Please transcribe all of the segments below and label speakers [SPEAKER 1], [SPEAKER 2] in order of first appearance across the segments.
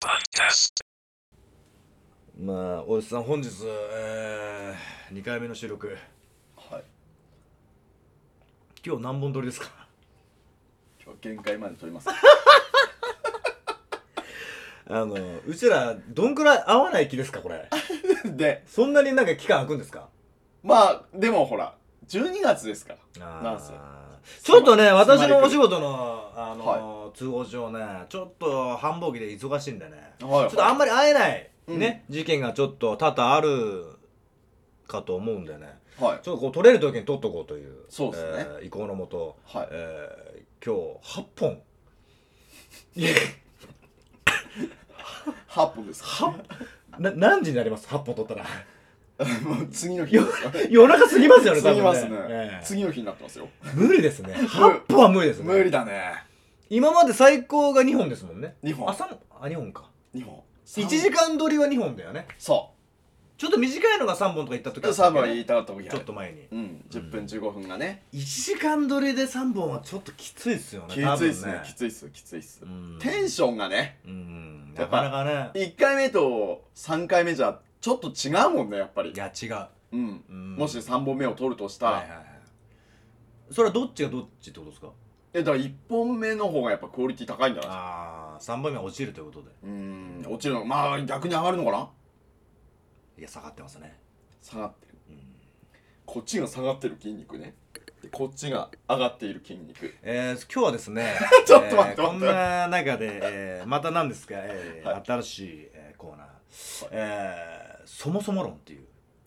[SPEAKER 1] Podcast.
[SPEAKER 2] まあ、おじさん、本日、えー、2回目の収録、
[SPEAKER 3] はい。
[SPEAKER 2] 今日何本撮りですか
[SPEAKER 3] 今日は限界まで取ります。
[SPEAKER 2] あの、うちら、どんくらい合わない気ですか、これ。
[SPEAKER 3] で、
[SPEAKER 2] そんなになんか期間空くんですか
[SPEAKER 3] まあ、でもほら、12月ですから。なんすよ
[SPEAKER 2] ちょっとね、
[SPEAKER 3] つまり
[SPEAKER 2] 私のお仕事の、あの、
[SPEAKER 3] は
[SPEAKER 2] 都合上ね、ちょっと繁忙期で忙しいんでね、
[SPEAKER 3] は
[SPEAKER 2] ちょっ
[SPEAKER 3] い
[SPEAKER 2] とあんまり会えない、
[SPEAKER 3] うん
[SPEAKER 2] ね、事件がちょっと多々あるかと思うんでね、
[SPEAKER 3] はい。
[SPEAKER 2] ちょっとこう、撮れる時に撮っとこうという、
[SPEAKER 3] そうですね
[SPEAKER 2] えー意向のもと、
[SPEAKER 3] はい
[SPEAKER 2] えー今日、8本。
[SPEAKER 3] 8分ですか。
[SPEAKER 2] はな何時になります ?8 本取ったら。
[SPEAKER 3] もう 次の日ですか。
[SPEAKER 2] 夜中過ぎますよね、多
[SPEAKER 3] 次
[SPEAKER 2] 分
[SPEAKER 3] ます
[SPEAKER 2] え
[SPEAKER 3] ね。
[SPEAKER 2] え
[SPEAKER 3] 次の日になってますよ。
[SPEAKER 2] 無理ですね。8本は無理ですね。
[SPEAKER 3] 無理だね。
[SPEAKER 2] 今まで最高が2本ですもんね。
[SPEAKER 3] 2本
[SPEAKER 2] あ、。三あ、2本か。
[SPEAKER 3] 2本。
[SPEAKER 2] 1時間撮りは2本だよね。
[SPEAKER 3] そ
[SPEAKER 2] ちょっと短いのが3本とか行った時
[SPEAKER 3] う。
[SPEAKER 2] あ
[SPEAKER 3] サ
[SPEAKER 2] た
[SPEAKER 3] ー
[SPEAKER 2] っ
[SPEAKER 3] ブ
[SPEAKER 2] け
[SPEAKER 3] は
[SPEAKER 2] ね
[SPEAKER 3] 言いたかった時
[SPEAKER 2] ちょっと前に。
[SPEAKER 3] うん、10分15分がね。
[SPEAKER 2] 1時間撮りで3本はちょっときついっすよね。
[SPEAKER 3] きついっすね。きついっす、きついっす
[SPEAKER 2] 多。分ね。
[SPEAKER 3] テンションがね、
[SPEAKER 2] うん。うん。
[SPEAKER 3] や
[SPEAKER 2] な
[SPEAKER 3] っぱ
[SPEAKER 2] かなかね。
[SPEAKER 3] 1回目と3回目じゃ、ちょっと違うもんね、やっぱり
[SPEAKER 2] い。や、違う。
[SPEAKER 3] うん。
[SPEAKER 2] うん
[SPEAKER 3] もし3本目を取るとした
[SPEAKER 2] はいはい
[SPEAKER 3] ら、
[SPEAKER 2] はい。それはどっちがどっちってことですか
[SPEAKER 3] え、だから1本目の方がやっぱクオリティ高いんじゃない
[SPEAKER 2] ああ、3本目は落ちるということで。
[SPEAKER 3] うーん落ちるのまあ逆に上がるのかない
[SPEAKER 2] や、下がってますね。
[SPEAKER 3] 下がってる
[SPEAKER 2] うん
[SPEAKER 3] こっちが下がってる筋肉ねでこっちが上がっている筋肉
[SPEAKER 2] えー、今日はです ね
[SPEAKER 3] ちょっと待って
[SPEAKER 2] えー
[SPEAKER 3] 待って
[SPEAKER 2] こんな中で、えー、また何ですか、えー
[SPEAKER 3] は
[SPEAKER 2] 新しい、えーコーナー、えーそもそも論っていう、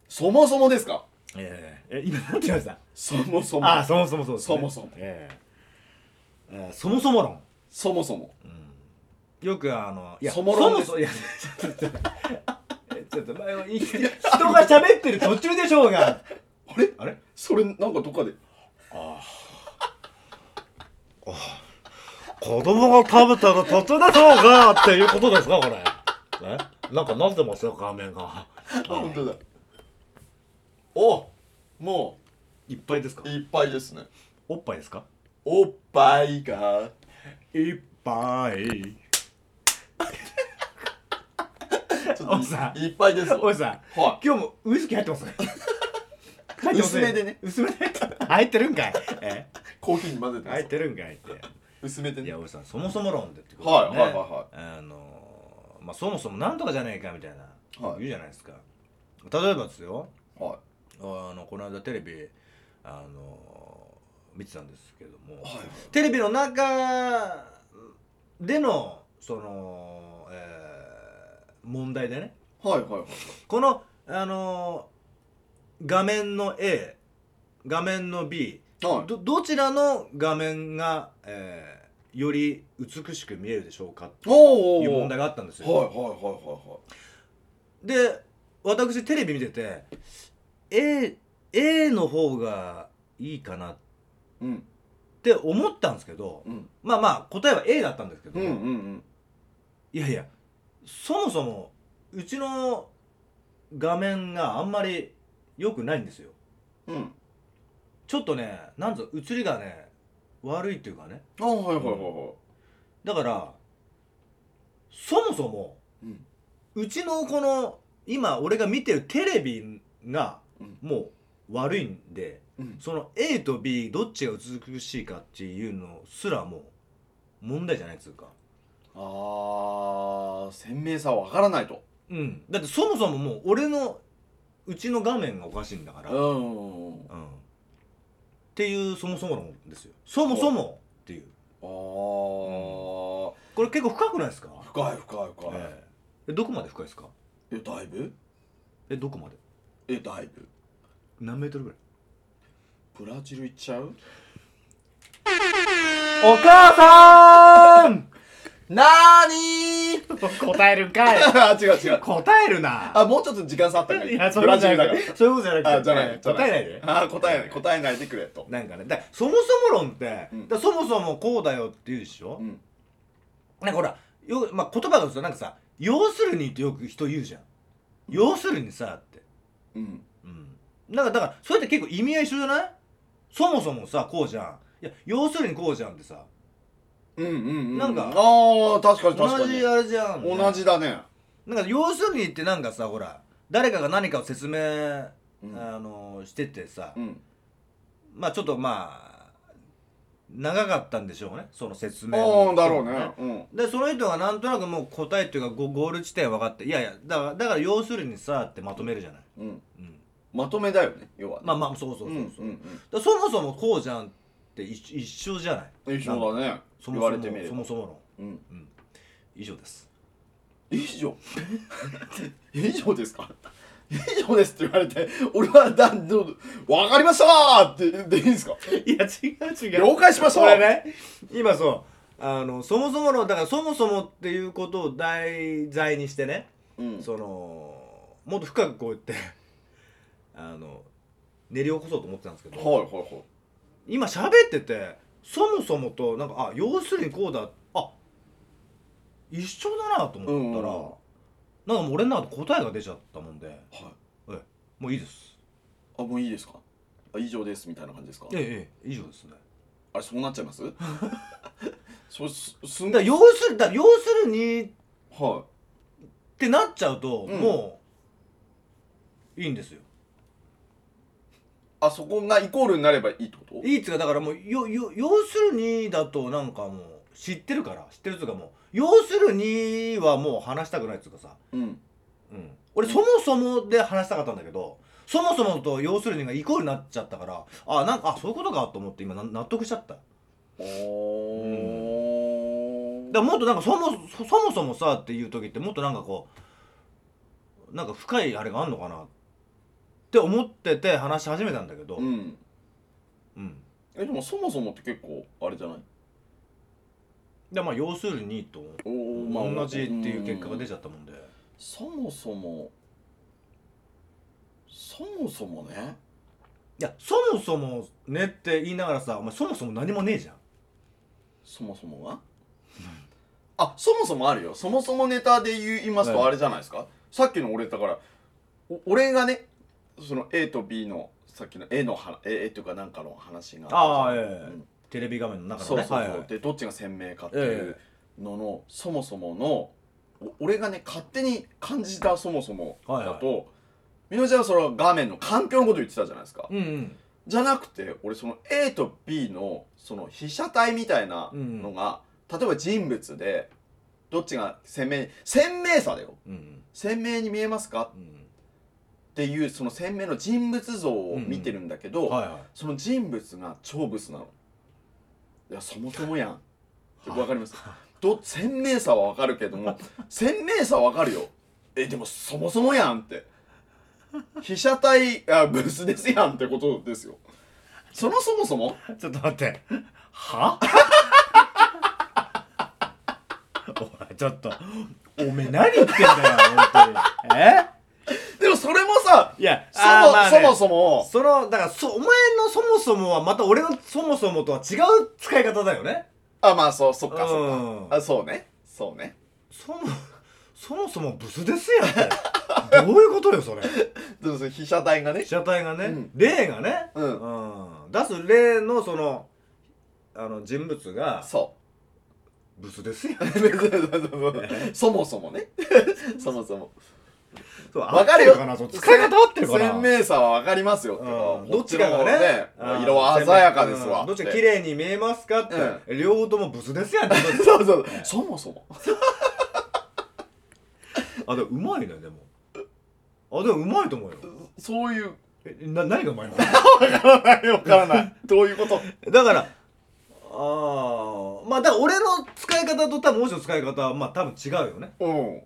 [SPEAKER 3] そもそもですか
[SPEAKER 2] えーえ今何て言いました
[SPEAKER 3] そもそも
[SPEAKER 2] あーそもそもそうです、ね、
[SPEAKER 3] そもそも
[SPEAKER 2] えーえーそもそも論
[SPEAKER 3] そもそも
[SPEAKER 2] よくあのいや
[SPEAKER 3] そも論です
[SPEAKER 2] そもそいやちょっと待ってちょっと前は人が喋ってる途中でしょうが
[SPEAKER 3] あれ
[SPEAKER 2] あれ
[SPEAKER 3] それなんかどっかで
[SPEAKER 2] 子供が食べたら途中でしょうがっていうことですかこれえなんかなってますよ画面が
[SPEAKER 3] あ本当だおも
[SPEAKER 2] いっぱいですか
[SPEAKER 3] ういっぱいですね
[SPEAKER 2] おっぱいですか
[SPEAKER 3] おっぱいが
[SPEAKER 2] いっぱい
[SPEAKER 3] ちょ
[SPEAKER 2] おじさん
[SPEAKER 3] いっぱいです
[SPEAKER 2] お
[SPEAKER 3] わ
[SPEAKER 2] じさん
[SPEAKER 3] は
[SPEAKER 2] 今日もウイスキー入ってますね入ってます
[SPEAKER 3] 薄めでね
[SPEAKER 2] 薄めで入って入ってるんかいえ
[SPEAKER 3] いコーヒーに混ぜてま
[SPEAKER 2] 入っ
[SPEAKER 3] す
[SPEAKER 2] てるんかいって
[SPEAKER 3] 薄めて
[SPEAKER 2] い
[SPEAKER 3] ね
[SPEAKER 2] やおじさんそもそも論でってことでね
[SPEAKER 3] はいはいは
[SPEAKER 2] あのまあそもそもなんとかじゃねえかみたいな、
[SPEAKER 3] は
[SPEAKER 2] 言
[SPEAKER 3] い
[SPEAKER 2] うじゃないですか例えばですよ
[SPEAKER 3] は
[SPEAKER 2] あのこの間テレビあの見てたんですけども、
[SPEAKER 3] いはい
[SPEAKER 2] テレビの中でのその、えー問題でね
[SPEAKER 3] はいはいはい
[SPEAKER 2] このあの画面の A 画面の B
[SPEAKER 3] はい
[SPEAKER 2] どどちらの画面が、えーより美しく見えるでしょうかって
[SPEAKER 3] おーお
[SPEAKER 2] いう
[SPEAKER 3] ー
[SPEAKER 2] 問題があったんですよ。
[SPEAKER 3] はいはいはいはいはい
[SPEAKER 2] で私テレビ見てて A, A の方がいいかなっ
[SPEAKER 3] うん
[SPEAKER 2] て思ったんですけど
[SPEAKER 3] うん
[SPEAKER 2] まあまあ答えは A だったんですけど、
[SPEAKER 3] うんうんうん
[SPEAKER 2] いやいやそもそもうちの画面があんまり良くないんですよ
[SPEAKER 3] うん
[SPEAKER 2] ちょっとねなんぞ映りがね悪いっていうかね
[SPEAKER 3] あはいはいはいはい
[SPEAKER 2] だからそもそも
[SPEAKER 3] うん
[SPEAKER 2] うちのこの今俺が見てるテレビが
[SPEAKER 3] うん
[SPEAKER 2] もう悪いんで、
[SPEAKER 3] うん
[SPEAKER 2] その A と B どっちが美しいかっていうのすらもう問題じゃないっつうか、
[SPEAKER 3] あー鮮明さはわからないと
[SPEAKER 2] うん、だってそもそももう俺のうちの画面がおかしいんだから、うんっ
[SPEAKER 3] ん
[SPEAKER 2] ていうそもそも論ですよそもそもっていう
[SPEAKER 3] あー
[SPEAKER 2] これ結構深くないですか、
[SPEAKER 3] 深い深い深い
[SPEAKER 2] えええどこまで深いですか
[SPEAKER 3] えだいぶ
[SPEAKER 2] えどこまで
[SPEAKER 3] えだいぶ
[SPEAKER 2] 何メートルぐらい
[SPEAKER 3] ブラジル行っちゃう
[SPEAKER 2] お母さん
[SPEAKER 3] なーに
[SPEAKER 2] 答えるんかい
[SPEAKER 3] あ違う違う
[SPEAKER 2] 答えるな
[SPEAKER 3] あもうちょっと時間差あった
[SPEAKER 2] い
[SPEAKER 3] ね
[SPEAKER 2] やそ
[SPEAKER 3] ブ
[SPEAKER 2] ういうことじ
[SPEAKER 3] ラ
[SPEAKER 2] ゃ
[SPEAKER 3] ジルだ
[SPEAKER 2] なく
[SPEAKER 3] から
[SPEAKER 2] てそういうことじゃな
[SPEAKER 3] あ
[SPEAKER 2] く
[SPEAKER 3] じ
[SPEAKER 2] て
[SPEAKER 3] ゃないじゃ
[SPEAKER 2] 答えないで
[SPEAKER 3] あ答えない答えないでくれと
[SPEAKER 2] なんかねだからそもそも論って、
[SPEAKER 3] うん
[SPEAKER 2] だからそもそもこうだよって言うでしょ、
[SPEAKER 3] うん
[SPEAKER 2] なんかほらよ、まあ、言葉がさなんかさ「要するに」ってよく人言うじゃん「要するにさ」って
[SPEAKER 3] うん
[SPEAKER 2] うんなんかだからそれって結構意味合い一緒じゃないそもそもさこうじゃんいや要するにこうじゃんってさ
[SPEAKER 3] うんうんうん
[SPEAKER 2] なんか
[SPEAKER 3] あー確かに確
[SPEAKER 2] 同
[SPEAKER 3] か
[SPEAKER 2] じ
[SPEAKER 3] に
[SPEAKER 2] あれじゃん、
[SPEAKER 3] 同じだね
[SPEAKER 2] なんか要するにってなんかさほら誰かが何かを説明、
[SPEAKER 3] うん
[SPEAKER 2] あのしててさ、
[SPEAKER 3] うん
[SPEAKER 2] まあちょっとまあ長かったんでしょうねその説明
[SPEAKER 3] あ
[SPEAKER 2] の
[SPEAKER 3] あだろうねうん
[SPEAKER 2] でその人がなんとなくもう答えっていうかゴゴール地点分かっていやいやだからだから要するにさってまとめるじゃない、
[SPEAKER 3] うん
[SPEAKER 2] うん、
[SPEAKER 3] まとめだよね要はね
[SPEAKER 2] まあまあそうそうそううんそうう、
[SPEAKER 3] ん
[SPEAKER 2] だからそもそもこうじゃんって一一緒じゃない
[SPEAKER 3] うん一緒だね
[SPEAKER 2] そもそ
[SPEAKER 3] 言わ
[SPEAKER 2] も
[SPEAKER 3] れてみれ
[SPEAKER 2] そ
[SPEAKER 3] ば
[SPEAKER 2] もそもの
[SPEAKER 3] うん
[SPEAKER 2] 以上です
[SPEAKER 3] 以上 以上ですか以上ですって言われて俺はだどうわかりましたーって言っていいんですか
[SPEAKER 2] いや違う違
[SPEAKER 3] 了解しました
[SPEAKER 2] これね今そうあのそもそものだからそもそもっていうことを題材にしてね、
[SPEAKER 3] うん
[SPEAKER 2] そのもっと深くこうやって あの練り起こそうと思ってたんですけど、
[SPEAKER 3] はいはいはい
[SPEAKER 2] 今喋っててそもそもとなんかあ要するにこうだあ一緒だなと思ったら、
[SPEAKER 3] うん
[SPEAKER 2] なんかもう俺の後答えが出ちゃったもんで
[SPEAKER 3] はい
[SPEAKER 2] もういいです
[SPEAKER 3] あもういいですかあ以上ですみたいな感じですか
[SPEAKER 2] ええええ以上ですね
[SPEAKER 3] あれそうなっちゃ いますそうすすん
[SPEAKER 2] だから要するだから要するにっ
[SPEAKER 3] は
[SPEAKER 2] てなっちゃうと、
[SPEAKER 3] うん
[SPEAKER 2] もういいんですよ
[SPEAKER 3] いあそこがイコールになればいいってこと
[SPEAKER 2] いいっつうかだからもうよよ要するにだとなんかもう知ってるから知ってるっつうかもう要するにはもう話したくないっつうかさ
[SPEAKER 3] うん
[SPEAKER 2] うん、俺そもそもで話したかったんだけどそもそもと要するにがイコールになっちゃったからあなんかあそういうことかと思って今な納得しちゃっただか
[SPEAKER 3] あー
[SPEAKER 2] らもっとなんかそもそそもそもさっていう時ってもっとなんかこうなんか深いあれがあんのかなって思ってて話し始めたんだけど、
[SPEAKER 3] うん
[SPEAKER 2] うん
[SPEAKER 3] えでもそもそもって結構あれじゃない
[SPEAKER 2] でまあ要するにと
[SPEAKER 3] おー
[SPEAKER 2] 同じっていう結果が出
[SPEAKER 3] ん
[SPEAKER 2] ちゃったもんで、
[SPEAKER 3] そもそもそもそもね
[SPEAKER 2] いやそもそもねって言いながらさお前そもそも何もねえじゃん
[SPEAKER 3] そもそもは あそもそもあるよそもそもネタで言いますと
[SPEAKER 2] はい
[SPEAKER 3] あれじゃないですか、さっきの俺だからお俺がねその A と B のさっきの絵のは絵絵というかなんかの話が
[SPEAKER 2] ああ
[SPEAKER 3] ったじゃん
[SPEAKER 2] ええ
[SPEAKER 3] うん
[SPEAKER 2] テレビ画面の中
[SPEAKER 3] そ
[SPEAKER 2] の
[SPEAKER 3] う
[SPEAKER 2] ね
[SPEAKER 3] そうそう、
[SPEAKER 2] はいはい
[SPEAKER 3] でどっちが鮮明かってい
[SPEAKER 2] え
[SPEAKER 3] うのの、そもそものお俺がね勝手に感じたそもそもだと、
[SPEAKER 2] はい
[SPEAKER 3] みのりちゃんはその画面の環境のこと言ってたじゃないですか、
[SPEAKER 2] えうんうん
[SPEAKER 3] じゃなくて俺その A と B のその被写体みたいなのが、例えば人物でどっちが鮮明に鮮明さだよ
[SPEAKER 2] うん
[SPEAKER 3] 鮮明に見えますか
[SPEAKER 2] うんうん
[SPEAKER 3] っていうその鮮明の人物像を見てるんだけど、
[SPEAKER 2] はいはい
[SPEAKER 3] その人物が長物なのいやそもそもやん
[SPEAKER 2] はい
[SPEAKER 3] わかりますど鮮明さはわかるけ ども鮮明さはわかるよえでもそもそもやんって被写体あブースですやんってことですよそのそもそも
[SPEAKER 2] ちょっと待って。は お前ちょっと、おめえ何言ってんだよ、本当に。え
[SPEAKER 3] でもそれもさ
[SPEAKER 2] いや、
[SPEAKER 3] そも,、そも
[SPEAKER 2] そも
[SPEAKER 3] そも
[SPEAKER 2] その、だからそ、お前のそもそもはまた俺のそもそもとは違う使い方だよね。
[SPEAKER 3] あまあそうそっ
[SPEAKER 2] う
[SPEAKER 3] かそっか
[SPEAKER 2] ん。
[SPEAKER 3] あそうねそうね
[SPEAKER 2] そも、そもそもブスですやんって。どういうことよ、それ。
[SPEAKER 3] でもその被写体がね
[SPEAKER 2] 被写体がね、
[SPEAKER 3] うん
[SPEAKER 2] 例がね、
[SPEAKER 3] うん
[SPEAKER 2] うん出す例のその、あの人物が
[SPEAKER 3] そう
[SPEAKER 2] ブスですやん。
[SPEAKER 3] そもそ もねそもそも
[SPEAKER 2] そう
[SPEAKER 3] わかるよ
[SPEAKER 2] 合ってなそう使い方合ってるかな
[SPEAKER 3] 鮮明さは分かりますよって
[SPEAKER 2] う
[SPEAKER 3] か
[SPEAKER 2] んどっちかが
[SPEAKER 3] こっちの方
[SPEAKER 2] ね
[SPEAKER 3] が
[SPEAKER 2] うん
[SPEAKER 3] 色は鮮やかです
[SPEAKER 2] う
[SPEAKER 3] わ
[SPEAKER 2] んどっちが
[SPEAKER 3] って
[SPEAKER 2] 綺麗に見えますかって、
[SPEAKER 3] う
[SPEAKER 2] 両方ともブスです やんって
[SPEAKER 3] そうそうそもそも
[SPEAKER 2] あでもうまいねでもあでもうまいと思うよ
[SPEAKER 3] そういう
[SPEAKER 2] えな何がうまいの
[SPEAKER 3] 分からない分からないどういうこと
[SPEAKER 2] だからああまあだから俺の使い方と多分もう一つ使い方はまあ多分違うよね
[SPEAKER 3] うん
[SPEAKER 2] うん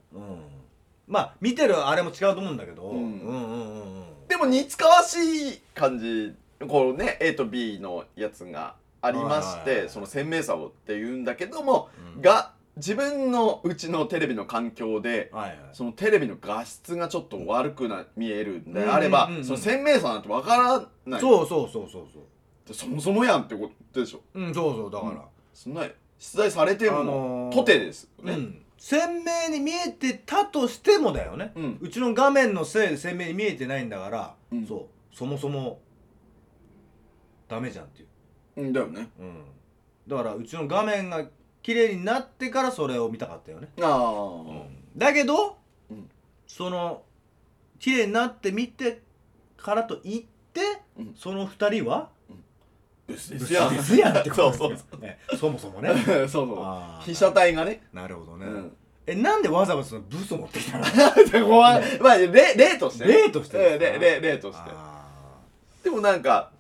[SPEAKER 2] まあ見てるあれも違うと思うんだけど、
[SPEAKER 3] う
[SPEAKER 2] う
[SPEAKER 3] ん
[SPEAKER 2] んうんうんうん
[SPEAKER 3] でも似つかわしい感じこうね A と B のやつがあり
[SPEAKER 2] はいは
[SPEAKER 3] まし
[SPEAKER 2] いは
[SPEAKER 3] て
[SPEAKER 2] い
[SPEAKER 3] その鮮明さをって言うんだけども
[SPEAKER 2] うん
[SPEAKER 3] が自分のうちのテレビの環境で
[SPEAKER 2] はいはい
[SPEAKER 3] そのテレビの画質がちょっと悪くな見えるんであれば、
[SPEAKER 2] うんうんうんうん
[SPEAKER 3] その鮮明さなんてわからない
[SPEAKER 2] そうそうそうそうそ
[SPEAKER 3] そもそもやんってことでしょ
[SPEAKER 2] ううんそうそうだから、
[SPEAKER 3] そんな出題されても、
[SPEAKER 2] あのー
[SPEAKER 3] とてですよ
[SPEAKER 2] う
[SPEAKER 3] ね、
[SPEAKER 2] ん、鮮明に見えてたとしてもだよね、
[SPEAKER 3] う
[SPEAKER 2] うんちの画面のせいで鮮明に見えてないんだから、
[SPEAKER 3] うん
[SPEAKER 2] そうそもそもダメじゃんっていう、
[SPEAKER 3] うん、だよね
[SPEAKER 2] うん、だからうちの画面が綺麗になってからそれを見たかったよね、
[SPEAKER 3] ああ、
[SPEAKER 2] だけど、
[SPEAKER 3] うん
[SPEAKER 2] その綺麗になって見てからといって、
[SPEAKER 3] うん
[SPEAKER 2] その二人は
[SPEAKER 3] ブスで
[SPEAKER 2] 別
[SPEAKER 3] すやん
[SPEAKER 2] 々やんってことです
[SPEAKER 3] そう
[SPEAKER 2] よ
[SPEAKER 3] そう
[SPEAKER 2] ねそもそもね
[SPEAKER 3] そうそう そう
[SPEAKER 2] あー
[SPEAKER 3] 被写体がね、
[SPEAKER 2] なるほど
[SPEAKER 3] う
[SPEAKER 2] ね、
[SPEAKER 3] ん、
[SPEAKER 2] えなんでわざわざそのブス持ってきたの
[SPEAKER 3] でこはまあ例例としてね
[SPEAKER 2] 例としてですか
[SPEAKER 3] ええ例例例として
[SPEAKER 2] あ
[SPEAKER 3] でもなんか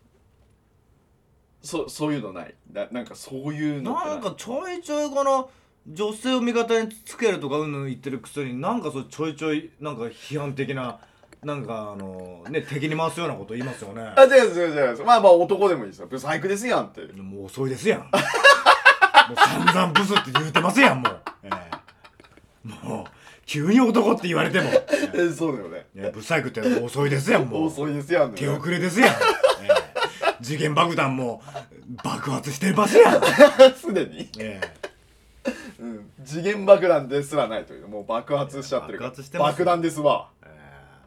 [SPEAKER 3] そそういうのないななんかそういう
[SPEAKER 2] ー
[SPEAKER 3] のって
[SPEAKER 2] なんかちょいちょいこの女性を味方につけるとかうんぬん言ってるくせになんかそうちょいちょいなんか批判的ななんかあのね敵に回すようなこと言いますよね
[SPEAKER 3] あ違う違う違う違うまあまあ男でもいいですよブサイクですやんって
[SPEAKER 2] もう遅いですやんもう散々ブスって言うてますやんもう、ええもう急に男って言われても、ええ
[SPEAKER 3] えそうだよね
[SPEAKER 2] いやブサイクってもう遅いですやんもう
[SPEAKER 3] 遅いですやんね
[SPEAKER 2] 手遅れですやん、ええ次元爆弾も爆発してますやん、
[SPEAKER 3] すでに、
[SPEAKER 2] ええ
[SPEAKER 3] うん、次元爆弾ですらないというもう爆発しちゃってるから
[SPEAKER 2] 爆発してます
[SPEAKER 3] 爆弾ですわ
[SPEAKER 2] ええ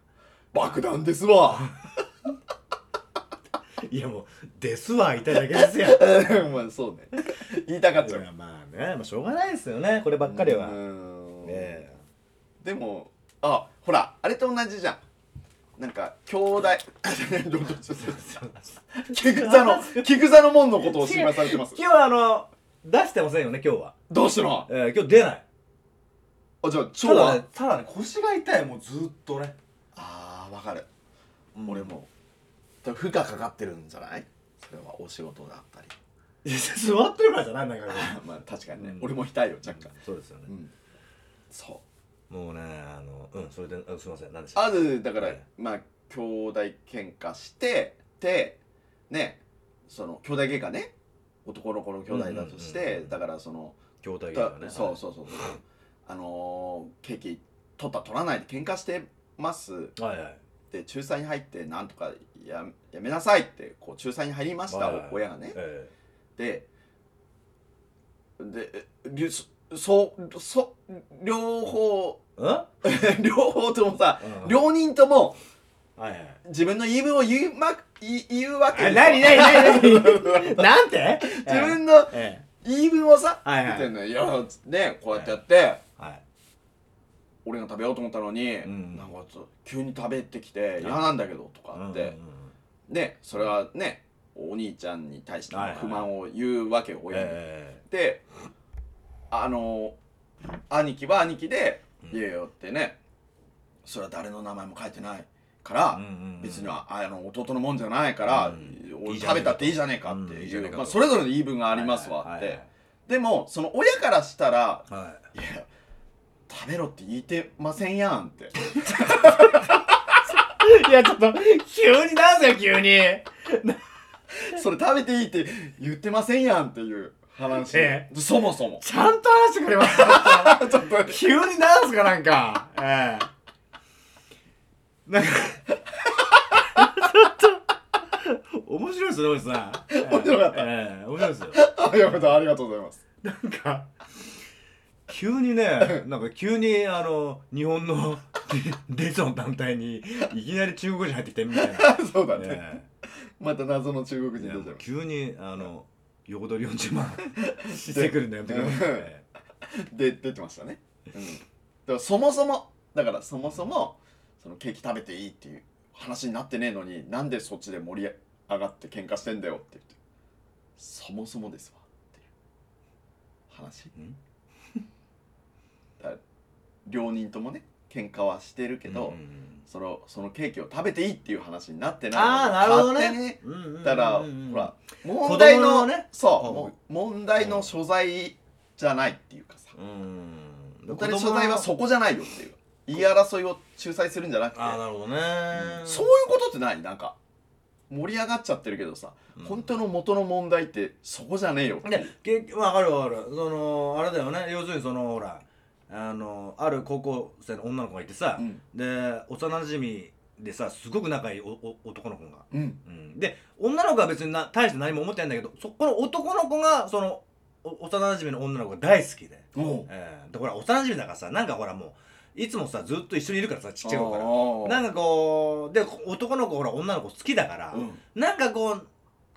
[SPEAKER 3] 爆弾ですわ
[SPEAKER 2] いやもう「ですわ」言いたいだけですよ
[SPEAKER 3] うん まあそうね言いたかったよ
[SPEAKER 2] まあね、まあ、しょうがないですよねこればっかりは、
[SPEAKER 3] う
[SPEAKER 2] ね
[SPEAKER 3] ん
[SPEAKER 2] え
[SPEAKER 3] でもあほらあれと同じじゃんなんか兄弟 どうぞちょっと菊座 の菊座の門のことを心配されて ます
[SPEAKER 2] 今日はあの出してませんよね今日は、
[SPEAKER 3] どうしたの
[SPEAKER 2] えー今日出ない
[SPEAKER 3] あじゃあ
[SPEAKER 2] た
[SPEAKER 3] 腸
[SPEAKER 2] だ
[SPEAKER 3] は
[SPEAKER 2] ねただね腰が痛いもうずっとね
[SPEAKER 3] あーわかる俺も多分負荷かかってるんじゃないそれはお仕事だったり
[SPEAKER 2] 座ってるからじ ゃないんだから
[SPEAKER 3] まあ確かに
[SPEAKER 2] うん
[SPEAKER 3] ね俺も痛いよ若干
[SPEAKER 2] そうですよね、
[SPEAKER 3] うんそう
[SPEAKER 2] もうねあのうんそれであすいません何でした
[SPEAKER 3] あるだから、
[SPEAKER 2] はい
[SPEAKER 3] まあ兄弟喧嘩してでねその兄弟喧嘩ね男の子の兄弟だとして、
[SPEAKER 2] うんうんうんうん
[SPEAKER 3] だからその、
[SPEAKER 2] 兄弟
[SPEAKER 3] た
[SPEAKER 2] がね
[SPEAKER 3] そうそうそうそうあのーケーキ取った取らないで喧嘩してます
[SPEAKER 2] うはいはい
[SPEAKER 3] で仲裁に入ってなんとかややめなさいってこう仲裁に入りました、
[SPEAKER 2] はいはい
[SPEAKER 3] 親がね
[SPEAKER 2] え
[SPEAKER 3] ででりゅそそうそ両方
[SPEAKER 2] えうんは
[SPEAKER 3] 両方ともさ、
[SPEAKER 2] うん
[SPEAKER 3] 両人とも
[SPEAKER 2] いはい
[SPEAKER 3] 自分の言い分を言う,、ま、言い言うわけ
[SPEAKER 2] あ
[SPEAKER 3] ですよ
[SPEAKER 2] 何何 何何なんて
[SPEAKER 3] 自分の
[SPEAKER 2] ええ
[SPEAKER 3] 言い分をさ、
[SPEAKER 2] はいはい
[SPEAKER 3] 言ってんのよいやねこうやってやって
[SPEAKER 2] はい
[SPEAKER 3] 俺が食べようと思ったのに、
[SPEAKER 2] ん
[SPEAKER 3] なんかちょっと急に食べてきて嫌なんだけどとかって、
[SPEAKER 2] うんうんうん
[SPEAKER 3] ねそれはねお兄ちゃんに対しての
[SPEAKER 2] はいはい
[SPEAKER 3] 不満を言うわけよ親に。
[SPEAKER 2] え
[SPEAKER 3] であの兄貴は兄貴で「
[SPEAKER 2] うん
[SPEAKER 3] いやいや」ってねそれは誰の名前も書いてないから、
[SPEAKER 2] えうんうんうん
[SPEAKER 3] 別にはあの弟のもんじゃないから、
[SPEAKER 2] うん
[SPEAKER 3] 俺
[SPEAKER 2] いいじゃ
[SPEAKER 3] 食
[SPEAKER 2] ね
[SPEAKER 3] べ
[SPEAKER 2] えかと
[SPEAKER 3] たっていいじゃねえかって
[SPEAKER 2] うんいい
[SPEAKER 3] い
[SPEAKER 2] じゃ
[SPEAKER 3] う、
[SPEAKER 2] ねえかと
[SPEAKER 3] まあ、それぞれの言い分がありますわって、
[SPEAKER 2] はいはいはいはい
[SPEAKER 3] でもその親からしたら
[SPEAKER 2] はい
[SPEAKER 3] 「いや食べろって言ってませんやん」 って
[SPEAKER 2] いや、ちょっと、急になんすよ、急に。え
[SPEAKER 3] 「それ食べていいって言ってませんやん」っていう話、
[SPEAKER 2] え
[SPEAKER 3] そもそも
[SPEAKER 2] ちゃんと話してくれました。
[SPEAKER 3] ちょっと
[SPEAKER 2] 急になんすか、なんか。ええなんか、ちょっと、面白いですね、おじさん。
[SPEAKER 3] 面白かった
[SPEAKER 2] え え面白いですよ。
[SPEAKER 3] あやめたありがとうございます
[SPEAKER 2] なんか、急にね、なんか急に、あの、日本の デイソン団体に、いきなり中国人入ってきてみたいな。
[SPEAKER 3] そうだね、
[SPEAKER 2] ええ
[SPEAKER 3] また謎の中国
[SPEAKER 2] い
[SPEAKER 3] 人
[SPEAKER 2] や
[SPEAKER 3] 出ちゃう
[SPEAKER 2] 急にあの横取り40万 してくるんだよってくださいね
[SPEAKER 3] で出てましたね、うん、だからそもそもだからそもそもそのケーキ食べていいっていう話になってねえのになんでそっちで盛り上がって喧嘩してんだよって言ってそもそもですわっていう話
[SPEAKER 2] うん
[SPEAKER 3] だから両人ともね喧嘩はしてるけど、
[SPEAKER 2] うんうん
[SPEAKER 3] そのそのケーキを食べていいっていう話になってない
[SPEAKER 2] ああなるほどね
[SPEAKER 3] 勝手にね
[SPEAKER 2] うんうんうんうん
[SPEAKER 3] だから、ほら問
[SPEAKER 2] 子
[SPEAKER 3] 題
[SPEAKER 2] 供
[SPEAKER 3] の
[SPEAKER 2] のね
[SPEAKER 3] そうもう問題の所在じゃないっていうかさ、
[SPEAKER 2] うん
[SPEAKER 3] 本当に所在はそこじゃないよっていう言い争いを仲裁するんじゃなくて
[SPEAKER 2] ああなるほどね
[SPEAKER 3] そういうことってないなんか盛り上がっちゃってるけどさ、本当の元の問題ってそこじゃねえよっていう
[SPEAKER 2] で結局わかるわかるそのあれだよね要するにそのほらあのある高校生の女の子がいてさ、
[SPEAKER 3] うん
[SPEAKER 2] で幼馴染でさすごく仲いいおお男の子が、
[SPEAKER 3] うん
[SPEAKER 2] うん、で女の子は別にな大して何も思ってないんだけどそこの男の子がそのお幼馴染の女の子が大好きで、
[SPEAKER 3] おう
[SPEAKER 2] えー、でほら幼馴染だからさなんかほらもういつもさずっと一緒にいるからさちっちゃい頃から
[SPEAKER 3] あ
[SPEAKER 2] なんかこうで男の子ほら女の子好きだから、
[SPEAKER 3] ーうん
[SPEAKER 2] なんかこう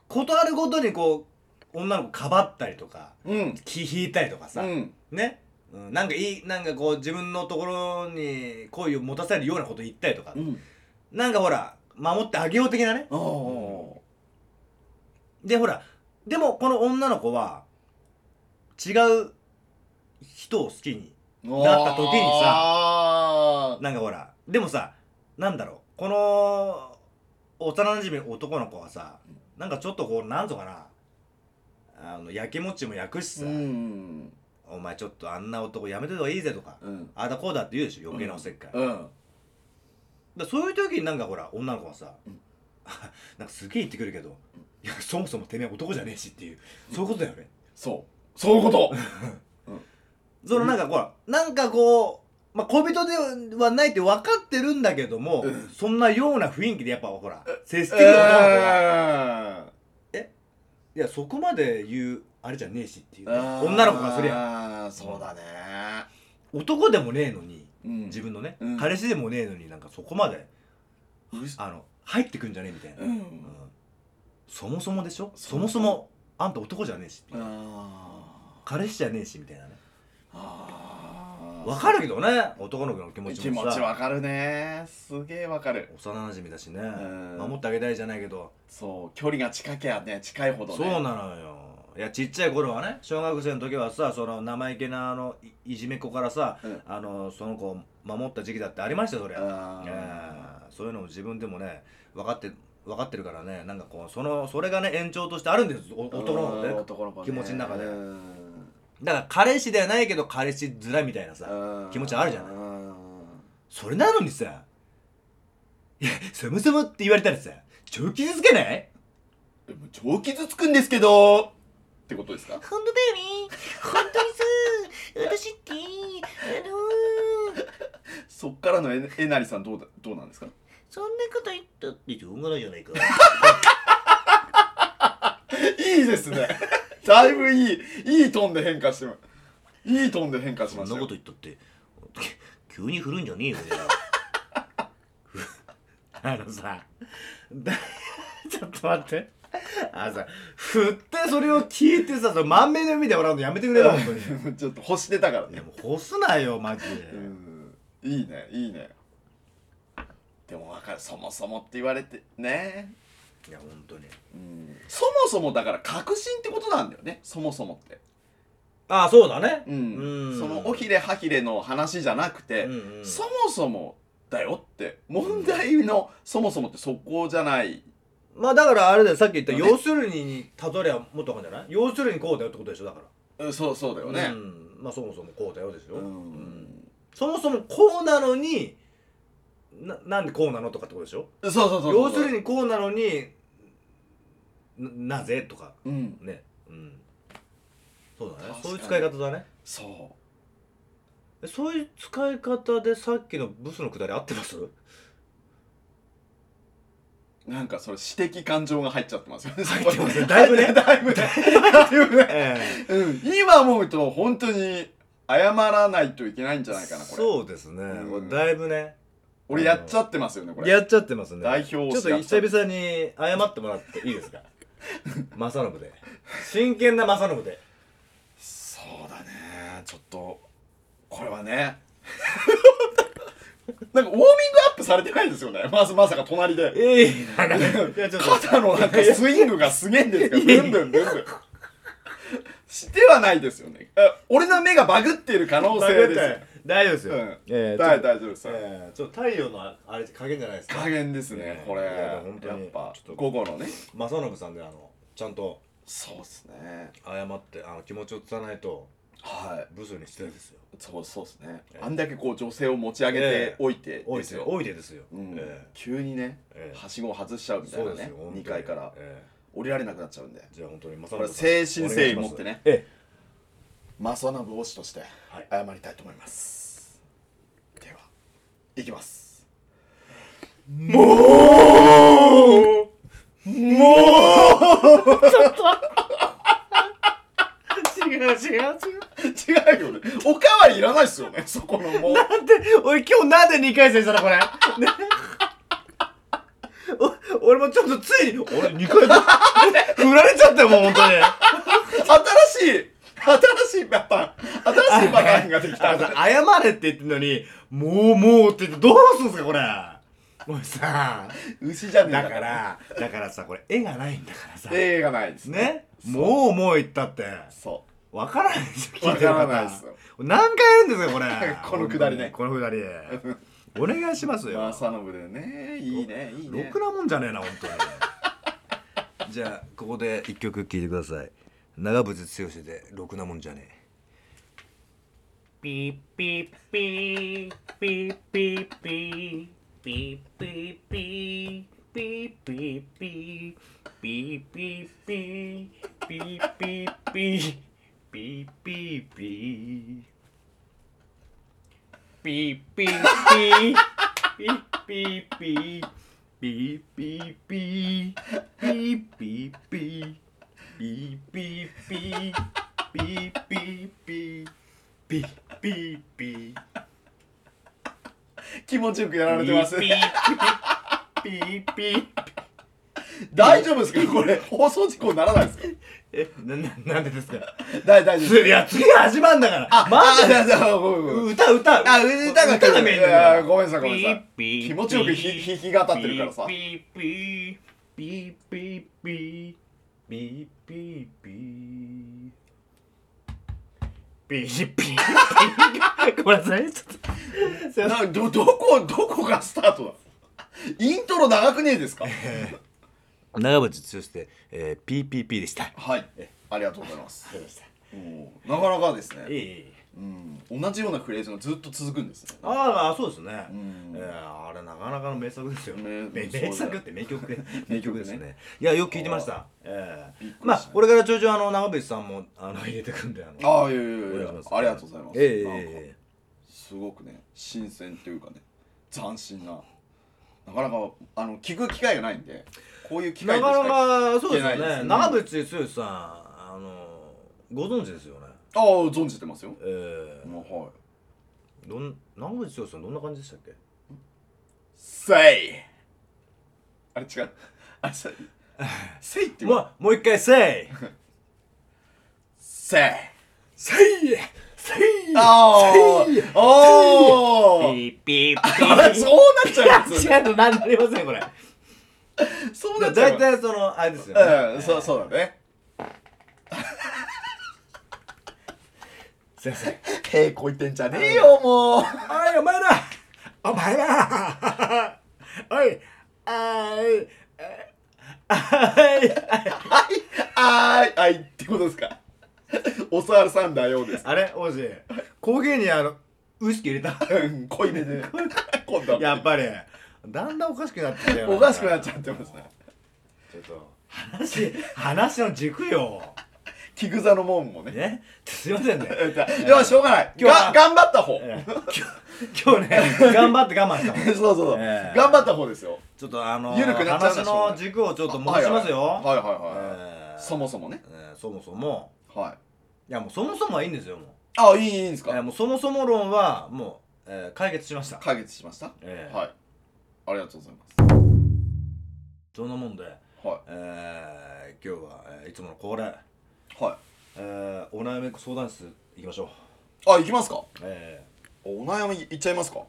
[SPEAKER 2] 事あるごとにこう女の子かばったりとか
[SPEAKER 3] うん
[SPEAKER 2] 気引いたりとかさ、
[SPEAKER 3] うん
[SPEAKER 2] ね、うん、なんかいいなんかこう自分のところに恋を持たせるようなこと言ったりとか、
[SPEAKER 3] うん
[SPEAKER 2] なんかほら守ってあげよう的なね
[SPEAKER 3] あー
[SPEAKER 2] でほらでもこの女の子は違う人を好きになった時にさ
[SPEAKER 3] あ
[SPEAKER 2] なんかほらでもさなんだろうこの幼馴染の男の子はさなんかちょっとこうなんとかなあのやきもちも焼くし
[SPEAKER 3] ー
[SPEAKER 2] さ、
[SPEAKER 3] うん
[SPEAKER 2] お前ちょっとあんな男やめといた方がいいぜとか、
[SPEAKER 3] うん
[SPEAKER 2] ああだこうだって言うでしょ余計なおせっかい、
[SPEAKER 3] うん
[SPEAKER 2] だそういう時になんかほら女の子はさ、
[SPEAKER 3] うん
[SPEAKER 2] なんかすげえ言ってくるけど、いやそもそもてめえ男じゃねえしっていうそういうことだよね、
[SPEAKER 3] そうそういう こと
[SPEAKER 2] そのなんかほらなんかこう、まあ、恋人ではないって分かってるんだけども、
[SPEAKER 3] うん
[SPEAKER 2] そんなような雰囲気でやっぱほら接してくる男の子は、
[SPEAKER 3] え
[SPEAKER 2] いやそこまで言うあれじゃねえしっていうね、
[SPEAKER 3] ー
[SPEAKER 2] 女の子がそりゃ
[SPEAKER 3] あーそうだね
[SPEAKER 2] 男でもねえのに
[SPEAKER 3] うん
[SPEAKER 2] 自分のね、
[SPEAKER 3] うん
[SPEAKER 2] 彼氏でもねえのになんかそこまで
[SPEAKER 3] うし
[SPEAKER 2] あの入ってくんじゃねえみたいな、
[SPEAKER 3] う
[SPEAKER 2] うん
[SPEAKER 3] ん
[SPEAKER 2] そもそもでしょ
[SPEAKER 3] そ
[SPEAKER 2] そうもそもあんた男じゃねえし、
[SPEAKER 3] あ
[SPEAKER 2] 彼氏じゃねえしみたいなね
[SPEAKER 3] ーあー
[SPEAKER 2] わかるけどね男の子の気持ち
[SPEAKER 3] 気
[SPEAKER 2] も
[SPEAKER 3] 持
[SPEAKER 2] さ
[SPEAKER 3] ちわかるねすげえわかる
[SPEAKER 2] 幼馴染だしね
[SPEAKER 3] ん
[SPEAKER 2] 守ってあげたいじゃないけど
[SPEAKER 3] そう距離が近けやね近いほどね
[SPEAKER 2] そうなのよいやちっちゃい頃はね小学生の時はさその生意気なあのいいじめっ子からさ、
[SPEAKER 3] うん
[SPEAKER 2] あのその子を守った時期だってありましたよそりゃ、
[SPEAKER 3] あ
[SPEAKER 2] ええそういうのも自分でもね分かって分かってるからねなんかこうそのそれがね延長としてあるんですお
[SPEAKER 3] ー
[SPEAKER 2] 男の子って
[SPEAKER 3] うん
[SPEAKER 2] ね
[SPEAKER 3] 男の子ね
[SPEAKER 2] 気持ちの中で
[SPEAKER 3] うん
[SPEAKER 2] だから彼氏ではないけど彼氏面みたいなさ
[SPEAKER 3] うん
[SPEAKER 2] 気持ちあるじゃない
[SPEAKER 3] うん
[SPEAKER 2] それなのにさ「いやそもそも」って言われたらさ超傷つけない
[SPEAKER 3] でも超傷つくんですけどってこ とですか
[SPEAKER 4] 本当だよね本当にさ私ってあのー、
[SPEAKER 3] そっからのええなりさんどうだどうなんですか
[SPEAKER 4] そんなこと言ったってしょうがないじゃない か
[SPEAKER 3] いいです ねだいぶいいいいトーンで変化してますいいトーンで変化し
[SPEAKER 4] そ
[SPEAKER 3] ま
[SPEAKER 4] ん
[SPEAKER 3] し
[SPEAKER 4] な
[SPEAKER 3] た
[SPEAKER 4] こと
[SPEAKER 3] よ
[SPEAKER 4] 言ったって急に振るんじゃねえよ
[SPEAKER 2] あのさだ ちょっと待ってあのさ振ってそれを聞いてさその満面の見で笑うのやめてくれよ本当に
[SPEAKER 3] ちょっと欲してたから
[SPEAKER 2] い
[SPEAKER 3] ね
[SPEAKER 2] やもう干すなよマジで、
[SPEAKER 3] うんいいねいいねでもわかるそもそもって言われてね
[SPEAKER 2] いや本当に
[SPEAKER 3] うんそもそもだから確信ってことなんだよねそもそもって
[SPEAKER 2] ああそうだね
[SPEAKER 3] うん
[SPEAKER 2] うん
[SPEAKER 3] そのおひれはひれの話じゃなくて、
[SPEAKER 2] うんうん
[SPEAKER 3] そもそもだよって問題のそもそもってそこじゃない
[SPEAKER 2] まあだからあれだよさっき言った
[SPEAKER 3] ね
[SPEAKER 2] 要するにに例えりゃもっとわかんじゃない要するにこうだよってことでしょだか
[SPEAKER 3] うんそうそうだ
[SPEAKER 2] ら
[SPEAKER 3] よね
[SPEAKER 2] うんまあそもそもこうだよでしょ、
[SPEAKER 3] うん
[SPEAKER 2] そもそもこうなのにななんでこうなのとかってことでしょ
[SPEAKER 3] そうそうそうそう
[SPEAKER 2] 要するにこうなのにななぜとか
[SPEAKER 3] うん
[SPEAKER 2] ねうんそうだ
[SPEAKER 3] 確
[SPEAKER 2] ね
[SPEAKER 3] かに
[SPEAKER 2] そういう使い方だね
[SPEAKER 3] そ
[SPEAKER 2] えそういう使い方でさっきのブスのくだり合ってます
[SPEAKER 3] うなんかそれ私的感情が入っちゃってますよね
[SPEAKER 2] 入ってますねだいぶね
[SPEAKER 3] だいぶねだいぶ ね
[SPEAKER 2] え
[SPEAKER 3] うん今思うと本当に謝らないといけないんじゃないかなこれ
[SPEAKER 2] そうですね、
[SPEAKER 3] うん
[SPEAKER 2] だいぶね
[SPEAKER 3] 俺やっちゃってますよねこれ
[SPEAKER 2] やっちゃってますね
[SPEAKER 3] 代表を
[SPEAKER 2] ちょっと
[SPEAKER 3] やっちゃ
[SPEAKER 2] 久
[SPEAKER 3] って
[SPEAKER 2] 々に謝ってもらっていい ですか正信で真剣な正信で
[SPEAKER 3] そうだねちょっとこれはね なんかウォーミングアップされてないですよねまずまさか隣で
[SPEAKER 2] ええいやちょっと
[SPEAKER 3] 肩のなんかスイングがすげえんですからブンブンブンブンしてはないですよねあ俺の目がバグっている可能性ですよ
[SPEAKER 2] 大丈夫ですよ、
[SPEAKER 3] うん
[SPEAKER 2] ええ
[SPEAKER 3] 大
[SPEAKER 2] ちょっと
[SPEAKER 3] 大丈夫です
[SPEAKER 2] ええちょっと太陽のああれ加減じゃないですか
[SPEAKER 3] 加減ですね
[SPEAKER 2] ね
[SPEAKER 3] これ
[SPEAKER 2] いや
[SPEAKER 3] や
[SPEAKER 2] 本当に
[SPEAKER 3] っぱ
[SPEAKER 2] ちょっと
[SPEAKER 3] 午後のね
[SPEAKER 2] 正信さんであのちゃんと
[SPEAKER 3] そうですね
[SPEAKER 2] 謝ってあの気持ちを伝えないと
[SPEAKER 3] はい
[SPEAKER 2] ブスにしてるんですよ
[SPEAKER 3] そうそうですね
[SPEAKER 2] ええ
[SPEAKER 3] あんだけこう女性を持ち上げて
[SPEAKER 2] ええ
[SPEAKER 3] おいて
[SPEAKER 2] お
[SPEAKER 3] で
[SPEAKER 2] い
[SPEAKER 3] す
[SPEAKER 2] で
[SPEAKER 3] よ、
[SPEAKER 2] おいでですよ、
[SPEAKER 3] うん
[SPEAKER 2] え
[SPEAKER 3] 急にね
[SPEAKER 2] ええ
[SPEAKER 3] はしごを外しちゃう
[SPEAKER 2] え
[SPEAKER 3] みたい
[SPEAKER 2] そ
[SPEAKER 3] な
[SPEAKER 2] うです
[SPEAKER 3] ね
[SPEAKER 2] よ本当に
[SPEAKER 3] 2階から
[SPEAKER 2] え
[SPEAKER 3] 降りられなくなっちゃうんで
[SPEAKER 2] えじゃあ本当にまさ
[SPEAKER 3] これ誠心誠意持ってね
[SPEAKER 2] え
[SPEAKER 3] マサナブ推しとして
[SPEAKER 2] はい
[SPEAKER 3] 謝りたいと思います、ではいきますもうもう
[SPEAKER 2] 違う違う違う
[SPEAKER 3] 違うよねおかわりいらないっすよねそこのもう
[SPEAKER 2] なんで俺今日なんで2回戦したのこれ、ね、 お俺もちょっとついに俺2回戦 振られちゃったよもう本当に
[SPEAKER 3] 新しい新しいパターン新しいパターンができ
[SPEAKER 2] あ
[SPEAKER 3] た
[SPEAKER 2] のさ謝れって言ってんのにもうもうって言ってどうすんすかこれおいさ
[SPEAKER 3] 牛じゃねえ
[SPEAKER 2] だからだからさこれ絵がないんだからさ
[SPEAKER 3] 映画ないです
[SPEAKER 2] ねもうもう言ったって
[SPEAKER 3] そ
[SPEAKER 2] わからないですよ
[SPEAKER 3] う
[SPEAKER 2] 聞
[SPEAKER 3] わ
[SPEAKER 2] いてる
[SPEAKER 3] から
[SPEAKER 2] 方
[SPEAKER 3] ないですよ
[SPEAKER 2] 何回やるんですかこれ
[SPEAKER 3] このくだりね
[SPEAKER 2] このくだりお願いしますよ、
[SPEAKER 3] まあサノブでねいいねいい
[SPEAKER 2] ろ
[SPEAKER 3] ね
[SPEAKER 2] くなもんじゃねえな本当にじゃあここで一曲聴いてください長渕剛で「ろくなもんじゃねえ」
[SPEAKER 4] ピッピッピーピッピッピーピッピッピーピッピッピーピッピッピーピッピッピーピッピッピーピッピッピーピッピッピーピッピッピーピッピッピーピッピッピーピッピッピーピッピッピー
[SPEAKER 3] 気持ちよくやられてます
[SPEAKER 4] ピーピーピーピー
[SPEAKER 3] 大丈夫ですかこれ放送事故にならないですか
[SPEAKER 2] えなななんでですか
[SPEAKER 3] 大大丈夫です
[SPEAKER 2] いや次始まんだから
[SPEAKER 3] あ
[SPEAKER 2] マジで
[SPEAKER 3] あああごめんごめん
[SPEAKER 2] 歌歌
[SPEAKER 3] あ歌が
[SPEAKER 2] 歌がメインだ
[SPEAKER 3] い
[SPEAKER 2] か
[SPEAKER 3] や
[SPEAKER 2] ら
[SPEAKER 3] ごめんなさいご
[SPEAKER 4] ピ
[SPEAKER 3] めんなさ
[SPEAKER 4] ー
[SPEAKER 3] い
[SPEAKER 4] ピー
[SPEAKER 3] 気持ちよくひひひが立ってるからさ
[SPEAKER 4] ピーピーピーピーピーピーピーピーピーピーごめんなさいちょっと
[SPEAKER 3] などどこどこがスタートだイントロ長くねえですか
[SPEAKER 2] 長渕剛で、えー、PPP でした
[SPEAKER 3] はいありがとうございますうんなかなかです
[SPEAKER 2] いい
[SPEAKER 3] ね
[SPEAKER 2] いい
[SPEAKER 3] うん同じようなフレーズがずっと続くんですね
[SPEAKER 2] ああそうですね、
[SPEAKER 3] ん
[SPEAKER 2] えーあれなかなかの名作ですよ、
[SPEAKER 3] ね
[SPEAKER 2] め
[SPEAKER 3] そうだよ
[SPEAKER 2] 名作って名曲で
[SPEAKER 3] 名曲ですね
[SPEAKER 2] いやよく聞いてましたええ
[SPEAKER 3] びっくりした
[SPEAKER 2] まあこれからちょいちょいあの長渕さんもあの入れてくんであの
[SPEAKER 3] ああいやいやいやい
[SPEAKER 2] お
[SPEAKER 3] や
[SPEAKER 2] 願いします
[SPEAKER 3] ありがとうございます
[SPEAKER 2] ええ
[SPEAKER 3] なん
[SPEAKER 2] え
[SPEAKER 3] か
[SPEAKER 2] ええ
[SPEAKER 3] すごくね新鮮というかね斬新ななかなかあの聞く機会がないんでこういう機
[SPEAKER 2] え
[SPEAKER 3] 会
[SPEAKER 2] な
[SPEAKER 3] でしか
[SPEAKER 2] かなかそうで
[SPEAKER 3] 聞け
[SPEAKER 2] す
[SPEAKER 3] ない
[SPEAKER 2] よ
[SPEAKER 3] です
[SPEAKER 2] ね
[SPEAKER 3] ね
[SPEAKER 2] 長渕剛さんあのご存知ですよね
[SPEAKER 3] ああ存じてますよ、
[SPEAKER 2] ええ
[SPEAKER 3] もうはい
[SPEAKER 2] どん長渕剛さんどんな感じでしたっけ
[SPEAKER 3] せいあれ違うあれせいせいって言う
[SPEAKER 2] もうもう一回せい
[SPEAKER 3] せい
[SPEAKER 2] せいせい
[SPEAKER 3] あ
[SPEAKER 2] せい
[SPEAKER 3] ーおー
[SPEAKER 4] ピーピーピ
[SPEAKER 3] あれそうなっちゃうんですよね
[SPEAKER 2] 違うとなんなりませんこれ
[SPEAKER 3] そうな
[SPEAKER 2] だ
[SPEAKER 3] っちゃう
[SPEAKER 2] いたいそのあれですよね
[SPEAKER 3] うんそうそうだね
[SPEAKER 2] すいません
[SPEAKER 3] 平行いってんじゃねえよもう
[SPEAKER 2] おいお前らお前らおいあーいあい
[SPEAKER 3] はいあーいあいってことですかおさわさんだよです
[SPEAKER 2] あれ王子コーヒーにあのウイスキー入れた
[SPEAKER 3] うん濃いめ で今度は
[SPEAKER 2] やっぱりだんだんおかしくなってきたよ
[SPEAKER 3] おかしくなっち
[SPEAKER 2] ゃ
[SPEAKER 3] ゃってますね
[SPEAKER 2] ちょっと話話の軸よ
[SPEAKER 3] キグザの門もね
[SPEAKER 2] ねすいませんね
[SPEAKER 3] でもしょうがない
[SPEAKER 2] 今日
[SPEAKER 3] が
[SPEAKER 2] は
[SPEAKER 3] 頑張った方
[SPEAKER 2] ええ今日今日ね頑張って我慢したもん
[SPEAKER 3] そうそうそう
[SPEAKER 2] ええ
[SPEAKER 3] 頑張った方ですよ
[SPEAKER 2] ちょっとあの
[SPEAKER 3] 緩くなっちゃうん
[SPEAKER 2] 話
[SPEAKER 3] でしょうね
[SPEAKER 2] の軸をちょっと戻しますよ
[SPEAKER 3] はいはいはいはい
[SPEAKER 2] ええ
[SPEAKER 3] そもそもね
[SPEAKER 2] えーそもそも
[SPEAKER 3] はい
[SPEAKER 2] いやもうそもそもはいいんですよもう,、
[SPEAKER 3] あいいいいんです
[SPEAKER 2] えー
[SPEAKER 3] か
[SPEAKER 2] もうそもそも論はもう、えー解決しました
[SPEAKER 3] 解決しましたはい
[SPEAKER 2] えー
[SPEAKER 3] ありがとうございま
[SPEAKER 2] そんなもんで、
[SPEAKER 3] すは
[SPEAKER 2] えー今日は、えーいつもの恒例、
[SPEAKER 3] いはい
[SPEAKER 2] えーお悩み相談室行きましょう
[SPEAKER 3] あ行きますか
[SPEAKER 2] え
[SPEAKER 3] お悩みいっちゃいますか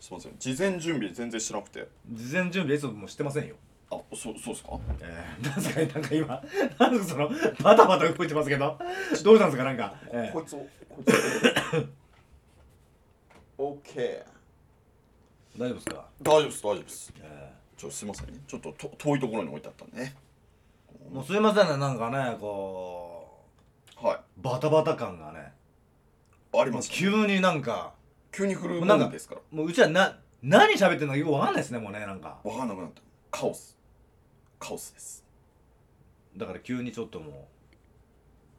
[SPEAKER 3] すいません事前準備全然してなくて
[SPEAKER 2] ー事前準備いつもしてませんよ
[SPEAKER 3] あそうそうですか
[SPEAKER 2] えー、 確かになんか今なんかそのバタバタ動いてますけどどうしたんですかなんか、え
[SPEAKER 3] こいつをこいつ を OK
[SPEAKER 2] ー大丈夫ですか、
[SPEAKER 3] 大丈夫です大丈夫です
[SPEAKER 2] え
[SPEAKER 3] ちょすいませんねちょっとと遠いところに置いてあったんでね
[SPEAKER 2] ーもうすいませんねなんかねこ
[SPEAKER 3] は
[SPEAKER 2] うバタバタ感がね
[SPEAKER 3] いあり
[SPEAKER 2] も
[SPEAKER 3] ま
[SPEAKER 2] う
[SPEAKER 3] す急
[SPEAKER 2] 急になんか
[SPEAKER 3] 急に振るも
[SPEAKER 2] なんか
[SPEAKER 3] んですから
[SPEAKER 2] もううちはな何喋ってるのかよくわかんないですねもうねなんか
[SPEAKER 3] 分かんなくなったカオスカオスです
[SPEAKER 2] だから急にちょっとも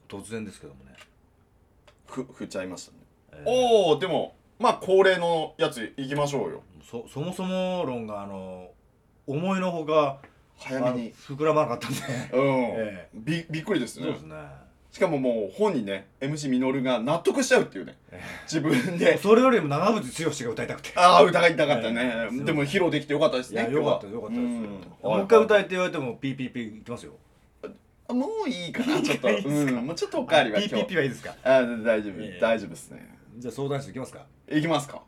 [SPEAKER 2] う突然ですけどもね、
[SPEAKER 3] ふ振っちゃいましたね、
[SPEAKER 2] えー
[SPEAKER 3] おおでもまあ恒例のやついきましょうよ
[SPEAKER 2] そそもそも論があの思いのほかあ
[SPEAKER 3] 早め
[SPEAKER 2] の
[SPEAKER 3] に
[SPEAKER 2] 膨らまなかったんで
[SPEAKER 3] うん、
[SPEAKER 2] え
[SPEAKER 3] びびっくりです
[SPEAKER 2] そう
[SPEAKER 3] ね
[SPEAKER 2] ですね
[SPEAKER 3] しかももう本にね MC みのるが納得しちゃうっていうね
[SPEAKER 2] え
[SPEAKER 3] 自分 で
[SPEAKER 2] それよりも長渕剛が歌いたくて
[SPEAKER 3] ああ疑いたかった
[SPEAKER 2] え
[SPEAKER 3] ね、
[SPEAKER 2] えそう
[SPEAKER 3] でも披露できてよかったです
[SPEAKER 2] い
[SPEAKER 3] ね
[SPEAKER 2] やよ
[SPEAKER 3] 今日
[SPEAKER 2] か
[SPEAKER 3] は
[SPEAKER 2] ったよかったですよ
[SPEAKER 3] うん
[SPEAKER 2] もう一回歌えって言われてもピーピーピーいきますよ
[SPEAKER 3] あもういいかなちょっと
[SPEAKER 2] いいですか
[SPEAKER 3] うん、もうちょっとおかわりは
[SPEAKER 2] ピ
[SPEAKER 3] 今
[SPEAKER 2] ー
[SPEAKER 3] 日
[SPEAKER 2] ピーピーはいいですか
[SPEAKER 3] あ大丈夫、
[SPEAKER 2] ええ
[SPEAKER 3] 大丈夫ですね
[SPEAKER 2] じゃあ相談室行きますか
[SPEAKER 3] いきますか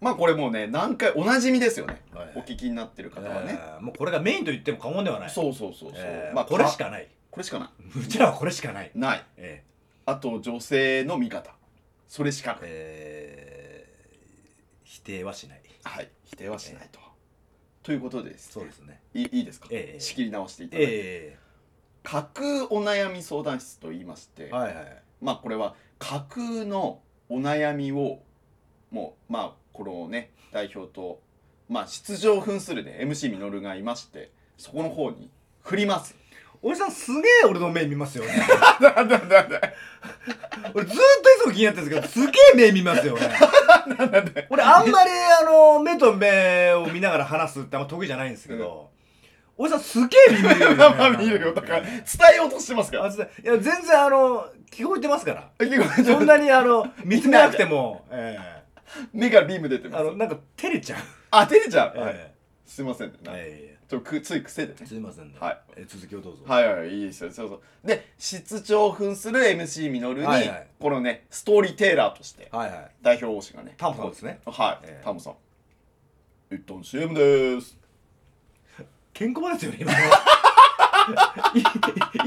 [SPEAKER 3] まあこれもうね何回おなじみですよね、
[SPEAKER 2] はい
[SPEAKER 3] お聞きになってる方はね、
[SPEAKER 2] えーもうこれがメインと言っても過言ではない
[SPEAKER 3] そうそうそうそう、
[SPEAKER 2] えー
[SPEAKER 3] まあ
[SPEAKER 2] これし
[SPEAKER 3] か
[SPEAKER 2] かない
[SPEAKER 3] これしかないう
[SPEAKER 2] ちらはこれしかない
[SPEAKER 3] ない
[SPEAKER 2] え
[SPEAKER 3] あと女性の味方それしか
[SPEAKER 2] ー
[SPEAKER 3] ない、
[SPEAKER 2] えー否定はしない
[SPEAKER 3] はい否定はしないと、ということでです
[SPEAKER 2] そうですね
[SPEAKER 3] いいいですか、
[SPEAKER 2] ええ
[SPEAKER 3] 仕切り直していただいて、
[SPEAKER 2] え
[SPEAKER 3] 架空お悩み相談室と言いまして、
[SPEAKER 2] えはいはい
[SPEAKER 3] まあこれは架空のお悩みをもうまあこのね代表とまあ出場分するね MC みのるがいましてそこの方に振ります
[SPEAKER 2] おじさんすげえ俺の目見ますよね
[SPEAKER 3] なんだなんだ
[SPEAKER 2] 俺ずーっといつも気になってるんですけどすげえ目見ますよね 俺あんまりあの目と目を見ながら話すってあんま得意じゃないんですけど、おじさんすげえ目見るよ、ね
[SPEAKER 3] まあ見るよだから 伝えようとしてますから
[SPEAKER 2] あそういや全然あの聞こえてますからそ
[SPEAKER 3] そ
[SPEAKER 2] ん
[SPEAKER 3] んな
[SPEAKER 2] なにあ の見つめなくても、え
[SPEAKER 3] 目がビーム出て
[SPEAKER 2] え
[SPEAKER 3] ま
[SPEAKER 2] あ
[SPEAKER 3] す
[SPEAKER 2] のなんか照れちゃう、
[SPEAKER 3] あ照れちゃう、はい、
[SPEAKER 2] え
[SPEAKER 3] すいませんね
[SPEAKER 2] え
[SPEAKER 3] なんか
[SPEAKER 2] え
[SPEAKER 3] ちょっとくつい癖でね
[SPEAKER 2] えすいませんね、
[SPEAKER 3] はい
[SPEAKER 2] え続きをどうぞ、
[SPEAKER 3] はいはいいいですよそうそうで室長扮する MC みのるに、
[SPEAKER 2] はいはい
[SPEAKER 3] このねストーリーテーラーとして
[SPEAKER 2] はい、はい
[SPEAKER 3] 代表推しがね
[SPEAKER 2] タモさんですね
[SPEAKER 3] はい、
[SPEAKER 2] ええ
[SPEAKER 3] タモさん一旦 CM でーす
[SPEAKER 2] ケンコバですよね今のい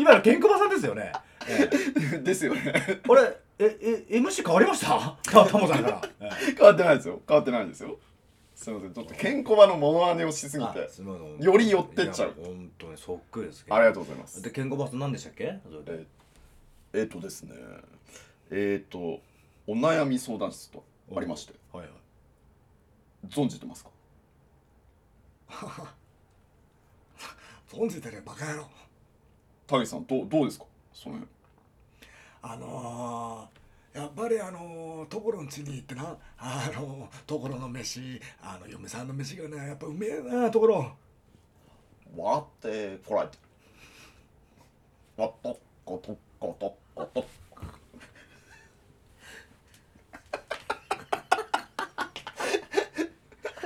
[SPEAKER 2] 今のケンコバさんですよね、ええ
[SPEAKER 3] ですよね
[SPEAKER 2] あれええ MC 変わりました タタモさんから、ええ
[SPEAKER 3] 変わってないですよ変わってないですよすいませんちょっとケンコバのモノマネをし すぎ
[SPEAKER 2] あ
[SPEAKER 3] て
[SPEAKER 2] すいません
[SPEAKER 3] より寄ってっちゃう
[SPEAKER 2] いや本当にそっくりですけど
[SPEAKER 3] ありがとうございます
[SPEAKER 2] でケンコバさん何でしたっけそれで
[SPEAKER 3] ええーとですねえっ、ー、とお悩み相談室とありまして
[SPEAKER 2] はいはい
[SPEAKER 3] 存じてますか
[SPEAKER 2] 存じてるよバカ野郎
[SPEAKER 3] 武さんどうどうですかその辺
[SPEAKER 2] あのー、やっぱりあのー、ところん家に行ってなあのー、ところの飯あの嫁さんの飯がねやっぱうめえなところ
[SPEAKER 3] 笑ってこられてるわっとっことっことっことっ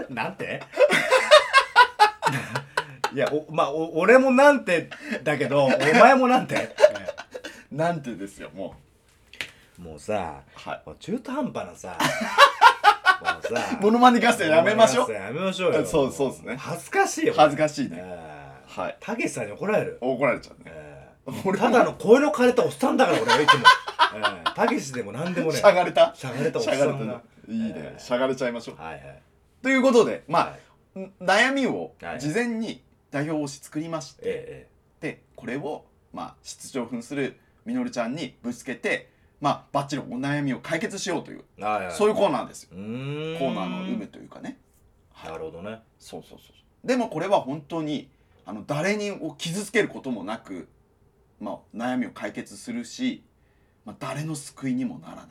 [SPEAKER 2] なんて いやおまあお俺もなんてだけどお前も なんて、え
[SPEAKER 3] なんてですよも
[SPEAKER 2] えもうさ
[SPEAKER 3] うはい
[SPEAKER 2] もう中途半端な さもうさ
[SPEAKER 3] モノマネ合戦やめましょう
[SPEAKER 2] モノマネ合戦やめましょうよ
[SPEAKER 3] そうそうですね
[SPEAKER 2] 恥ずかしいよ
[SPEAKER 3] 恥ずかしいね
[SPEAKER 2] ね
[SPEAKER 3] はい
[SPEAKER 2] たけしさんに怒られる
[SPEAKER 3] 怒られちゃうね
[SPEAKER 2] ええ
[SPEAKER 3] 俺
[SPEAKER 2] ただの声の枯れたおっさんだから俺はいつもええたけしでも何でもね
[SPEAKER 3] しゃがれた
[SPEAKER 2] しゃがれたおっ
[SPEAKER 3] し
[SPEAKER 2] さ
[SPEAKER 3] ゃ
[SPEAKER 2] んが
[SPEAKER 3] がれたねいいね、
[SPEAKER 2] えー
[SPEAKER 3] しゃがれちゃいましょう
[SPEAKER 2] はいはい
[SPEAKER 3] ということでまあ、
[SPEAKER 2] はい
[SPEAKER 3] ん悩みを
[SPEAKER 2] はい
[SPEAKER 3] 事前に代表推し作りまして、
[SPEAKER 2] え
[SPEAKER 3] でこれをまあ室長扮するみのるちゃんにぶつけてまあバッチリお悩みを解決しようという、
[SPEAKER 2] えええはいはい
[SPEAKER 3] そういうコーナーですよ、
[SPEAKER 2] うーん
[SPEAKER 3] コーナーの有無というかね
[SPEAKER 2] なるほどね
[SPEAKER 3] そうそうそうそうでもこれは本当にあの誰にを傷つけることもなく、まあ、悩みを解決するし、まあ、誰の救いにもならない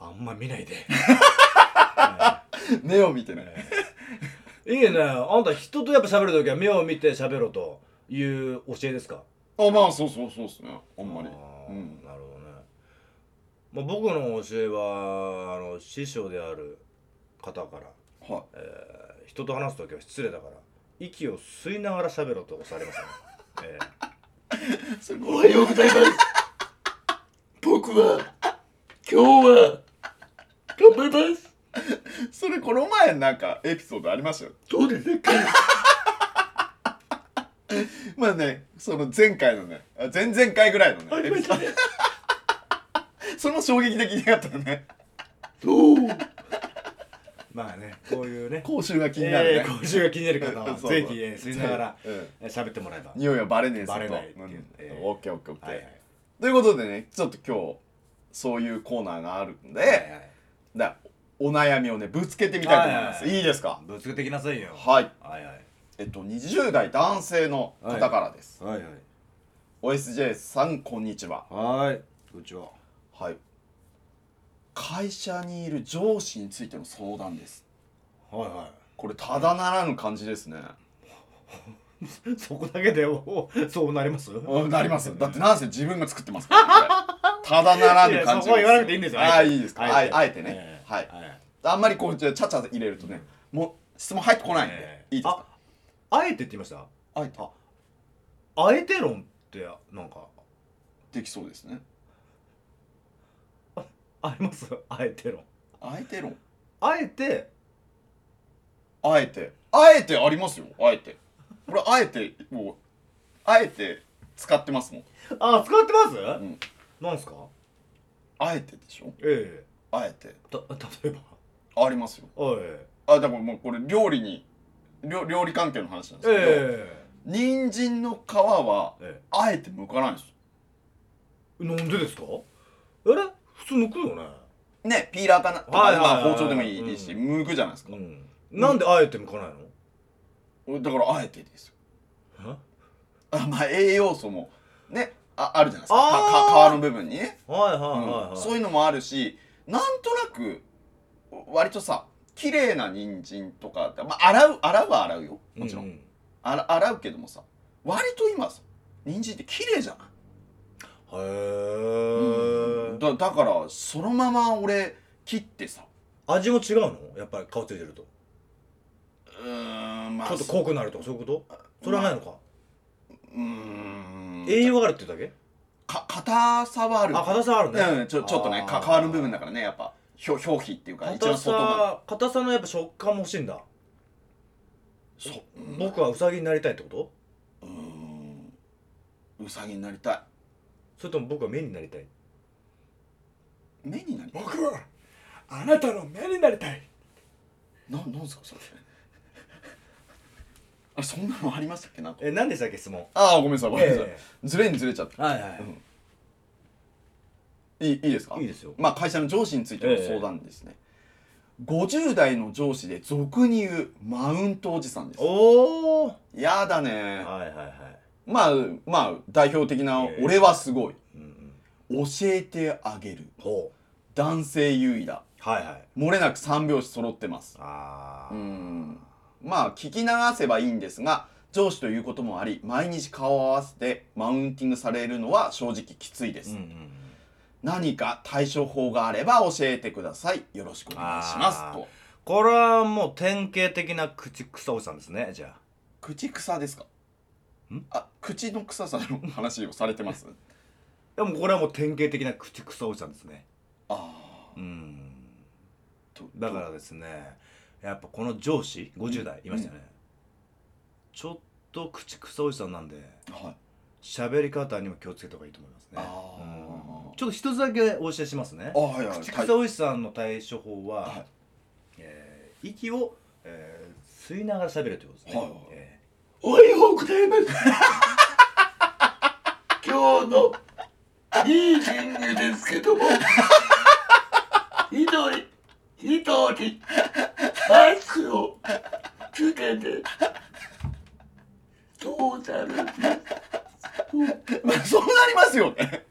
[SPEAKER 2] あんま見ないでえ
[SPEAKER 3] 目を見てね
[SPEAKER 2] えいいねあんた人とやっぱ喋るときは目を見て喋ろうという教えですか
[SPEAKER 3] あまあそうそうそうですねあんまり
[SPEAKER 2] あー
[SPEAKER 3] うん
[SPEAKER 2] なるほどね、まあ、僕の教えはあの師匠である方から
[SPEAKER 3] はい
[SPEAKER 2] 人と話す時は失礼だから息を吸いながら喋ろうとされま したね、え
[SPEAKER 3] すごい。おはようございます。僕は、今日は、頑張ります。それ、この前なんかエピソードありましたよ。どうですかまあね、その前回のね、あ前々回ぐらいのね、エピソード。その衝撃的だったね。どう
[SPEAKER 2] えまあねこういうね
[SPEAKER 3] 口臭が気になるね
[SPEAKER 2] え。ー口臭が気になる方は
[SPEAKER 3] そうそう
[SPEAKER 2] ぜひ、えー吸いながら
[SPEAKER 3] うん
[SPEAKER 2] えー喋ってもらえば
[SPEAKER 3] 匂いはバレねえぞと。
[SPEAKER 2] バレないっていう
[SPEAKER 3] うん
[SPEAKER 2] ええ
[SPEAKER 3] オッケーオッケーオッケー。
[SPEAKER 2] はいはい
[SPEAKER 3] ということでね、ちょっと今日、そういうコーナーがあるんで、
[SPEAKER 2] はいはい
[SPEAKER 3] だからお悩みをねぶつけてみたいと思います、
[SPEAKER 2] はい
[SPEAKER 3] いい、ですか
[SPEAKER 2] ぶつけてきなさいよ
[SPEAKER 3] はい
[SPEAKER 2] はいはい
[SPEAKER 3] えっと20代男性の方からです、
[SPEAKER 2] はい
[SPEAKER 3] OSJ さんこんにちは
[SPEAKER 2] はいはいこんにちは
[SPEAKER 3] はい会社にいる上司についての相談です
[SPEAKER 2] はいは
[SPEAKER 3] これただならぬ感じですね
[SPEAKER 2] い そこだけでおそうなります
[SPEAKER 3] なり ますだってなんせ自分が作ってますからねこれただならぬ感じ
[SPEAKER 2] いやそこは言わなくていいんですよ
[SPEAKER 3] あ
[SPEAKER 2] あ
[SPEAKER 3] あ
[SPEAKER 2] えて
[SPEAKER 3] いいですか
[SPEAKER 2] あ
[SPEAKER 3] あ
[SPEAKER 2] え
[SPEAKER 3] え
[SPEAKER 2] て
[SPEAKER 3] あえてね、
[SPEAKER 2] ええ
[SPEAKER 3] はい
[SPEAKER 2] はい
[SPEAKER 3] あんまりこうちゃちゃちゃ入れるとねもう質問入ってこないんで、
[SPEAKER 2] ええ
[SPEAKER 3] いいですか
[SPEAKER 2] あえてって言いました
[SPEAKER 3] あえて
[SPEAKER 2] あえて論ってなんか
[SPEAKER 3] できそうですね
[SPEAKER 2] ありますあえて論
[SPEAKER 3] あえて論
[SPEAKER 2] あえて
[SPEAKER 3] あえてあえてありますよあえてこれあえてもうあえて使ってますもん
[SPEAKER 2] あ使ってます、
[SPEAKER 3] ん
[SPEAKER 2] なんすか
[SPEAKER 3] あえてでしょ
[SPEAKER 2] ええ
[SPEAKER 3] あえて
[SPEAKER 2] た例えば
[SPEAKER 3] ありますよ
[SPEAKER 2] はい
[SPEAKER 3] あだからもうこれ料理に料料理関係の話なんですけど、
[SPEAKER 2] え
[SPEAKER 3] 人参の皮は
[SPEAKER 2] ええ
[SPEAKER 3] あえて剥かないんです
[SPEAKER 2] えなんでですかあれ普通抜くよね
[SPEAKER 3] よねピーラーかなとか、
[SPEAKER 2] はいはいはい
[SPEAKER 3] まあ、包丁でもいいし、
[SPEAKER 2] う
[SPEAKER 3] 剥くじゃないですか
[SPEAKER 2] んなんであえて向かないの
[SPEAKER 3] だからあえてですよ
[SPEAKER 2] え
[SPEAKER 3] あまあ栄養素もねああるじゃないですか
[SPEAKER 2] あー
[SPEAKER 3] かか皮の部分にね
[SPEAKER 2] はいはいはいはい、
[SPEAKER 3] うんそういうのもあるしなんとなく割とさ綺麗な人参とか、まあ、洗う洗うは洗うよもちろん、
[SPEAKER 2] う
[SPEAKER 3] あら洗うけどもさ割と今さ人参って綺麗じゃない、
[SPEAKER 2] へえ、
[SPEAKER 3] だだからそのまま俺切ってさ
[SPEAKER 2] 味も違うのやっぱり顔ついてると
[SPEAKER 3] うーんまあ
[SPEAKER 2] ちょっと濃くなるとかそういうことそれはないのか、
[SPEAKER 3] うーん
[SPEAKER 2] 栄養があるってだけ
[SPEAKER 3] か硬さはある
[SPEAKER 2] あ硬さはあるね
[SPEAKER 3] うんちょちょっとね
[SPEAKER 2] あー
[SPEAKER 3] か皮の部分だからねやっぱ表表皮っていうか一
[SPEAKER 2] 硬
[SPEAKER 3] 番外側
[SPEAKER 2] さ硬さのやっぱ食感も欲しいんだ
[SPEAKER 3] そう
[SPEAKER 2] 僕はウサギになりたいってこと
[SPEAKER 3] うーんうさぎになりたい
[SPEAKER 2] それとも僕は目になりたい
[SPEAKER 3] 目になりたい
[SPEAKER 1] 僕はあなたの目になりたい
[SPEAKER 3] ななんですかそれあそんなのありましたっけなんか
[SPEAKER 2] え何でしたっけ質問
[SPEAKER 3] ああごめんなさいごめんなさい、
[SPEAKER 2] え
[SPEAKER 3] ずれにずれちゃった
[SPEAKER 2] はいはい、
[SPEAKER 3] いいいいですか
[SPEAKER 2] いいですよ
[SPEAKER 3] まあ会社の上司についての相談ですね、50代の上司で俗に言うマウントおじさんです
[SPEAKER 2] おおは
[SPEAKER 3] やだ
[SPEAKER 2] い
[SPEAKER 3] ね
[SPEAKER 2] はいはい
[SPEAKER 3] まあまあ代表的な
[SPEAKER 2] ええ
[SPEAKER 3] 俺はすごい、
[SPEAKER 2] うんうん
[SPEAKER 3] 教えてあげる
[SPEAKER 2] ほ
[SPEAKER 3] 男性優位だ
[SPEAKER 2] うはいはい
[SPEAKER 3] 漏れなく3拍子揃ってます
[SPEAKER 2] あ
[SPEAKER 3] う
[SPEAKER 2] あ、
[SPEAKER 3] んまあ聞き流せばいいんですが上司ということもあり毎日顔を合わせてマウンティングされるのは正直きついです、
[SPEAKER 2] うんうん
[SPEAKER 3] 何か対処法があれば教えてくださいよろしくお願いします
[SPEAKER 2] あー
[SPEAKER 3] と
[SPEAKER 2] これはもう典型的な口臭おじさんですねじゃあ
[SPEAKER 3] 口臭ですか
[SPEAKER 2] ん
[SPEAKER 3] あ口の臭さの話をされ てます
[SPEAKER 2] でもこれはもう典型的な口臭おじさんですね
[SPEAKER 3] ああ
[SPEAKER 2] うんだからですねやっぱこの上司50代いましたよね、ちょっと口臭おじさんなんで
[SPEAKER 3] はい
[SPEAKER 2] 喋り方にも気をつけた方がいいと思いますね
[SPEAKER 3] あー
[SPEAKER 2] うんちょっと一つだけお教えしますね
[SPEAKER 3] あはいはい
[SPEAKER 2] 口
[SPEAKER 3] はい
[SPEAKER 2] 臭 おじさんの対処法は、
[SPEAKER 3] はい
[SPEAKER 2] えー息を、えー吸いながら喋るということですね、
[SPEAKER 3] はいはい
[SPEAKER 2] え
[SPEAKER 1] おはようございます 今日のミーティングですけども 一人一人マスクをつけてどうなるんです
[SPEAKER 3] まあそうなりますよね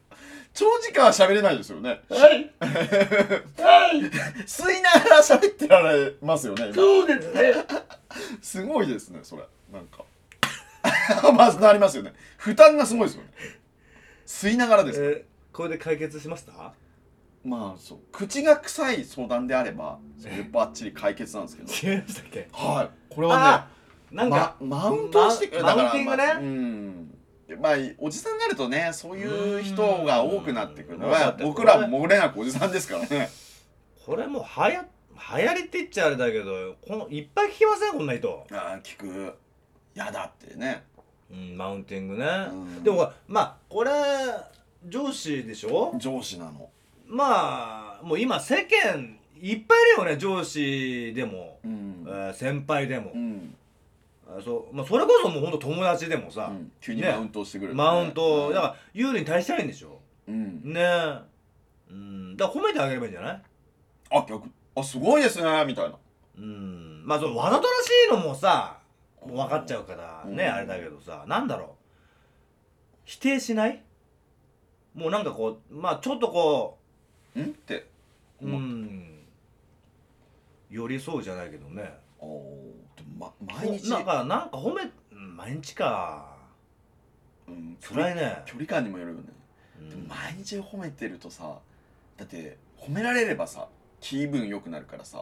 [SPEAKER 3] 長時間は喋れないですよね
[SPEAKER 1] はいはい
[SPEAKER 3] 吸いながら喋ってられますよね今
[SPEAKER 1] そうですね
[SPEAKER 3] すごいですねそれなんか まあなりますよね負担がすごいですよね吸いながらで
[SPEAKER 2] ー
[SPEAKER 3] す、
[SPEAKER 2] えーこれで解決し ました
[SPEAKER 3] まあそう口が臭い相談であればそればっちり解決なん ですけど
[SPEAKER 2] 違いましたっけ
[SPEAKER 3] はいこれは
[SPEAKER 2] な
[SPEAKER 3] ね
[SPEAKER 2] んか、
[SPEAKER 3] まマウントしてくる
[SPEAKER 2] ママウンティングね
[SPEAKER 3] まあうんまあおじさんになるとねそういう人が多くなってくるの
[SPEAKER 2] うんまあ
[SPEAKER 3] は僕らも漏れなくおじさんですからね
[SPEAKER 2] これもうはや流行りって言っちゃあれだけどこのいっぱい聞きませんこんな人、
[SPEAKER 3] ああ聞くやだってね
[SPEAKER 2] うん、マウンティングね、
[SPEAKER 3] うん
[SPEAKER 2] でもほらまあこれ上司でしょ
[SPEAKER 3] 上司なの
[SPEAKER 2] まあもう今世間いっぱいいるよね上司でも、
[SPEAKER 3] う
[SPEAKER 2] え
[SPEAKER 3] ん、
[SPEAKER 2] ー先輩でも、
[SPEAKER 3] うん
[SPEAKER 2] あそうまあ、それこそもうほんと友達でも
[SPEAKER 3] う
[SPEAKER 2] さ、
[SPEAKER 3] ん、急にマウントしてくる、
[SPEAKER 2] マウント、
[SPEAKER 3] うん
[SPEAKER 2] だから有利に対したいんでしょ
[SPEAKER 3] うん
[SPEAKER 2] ねえうんだから褒めてあげればいいんじゃない
[SPEAKER 3] あ逆あすごいですねみたいな
[SPEAKER 2] うんまあそのわざとらしいのもさもう分かっちゃうからね、
[SPEAKER 3] うん
[SPEAKER 2] あれだけどさなんだろう否定しないもうなんかこうまあちょっとこ
[SPEAKER 3] んって
[SPEAKER 2] ううん寄り添うじゃないけどね
[SPEAKER 3] あーでも、ま、毎日
[SPEAKER 2] なんかなんか褒めうん毎日か
[SPEAKER 3] うん、距
[SPEAKER 2] 辛
[SPEAKER 3] 離
[SPEAKER 2] いね、
[SPEAKER 3] 距離感にもよるよね、
[SPEAKER 2] うん
[SPEAKER 3] でも毎日褒めてるとさだって褒められればさ気分良くなるからさ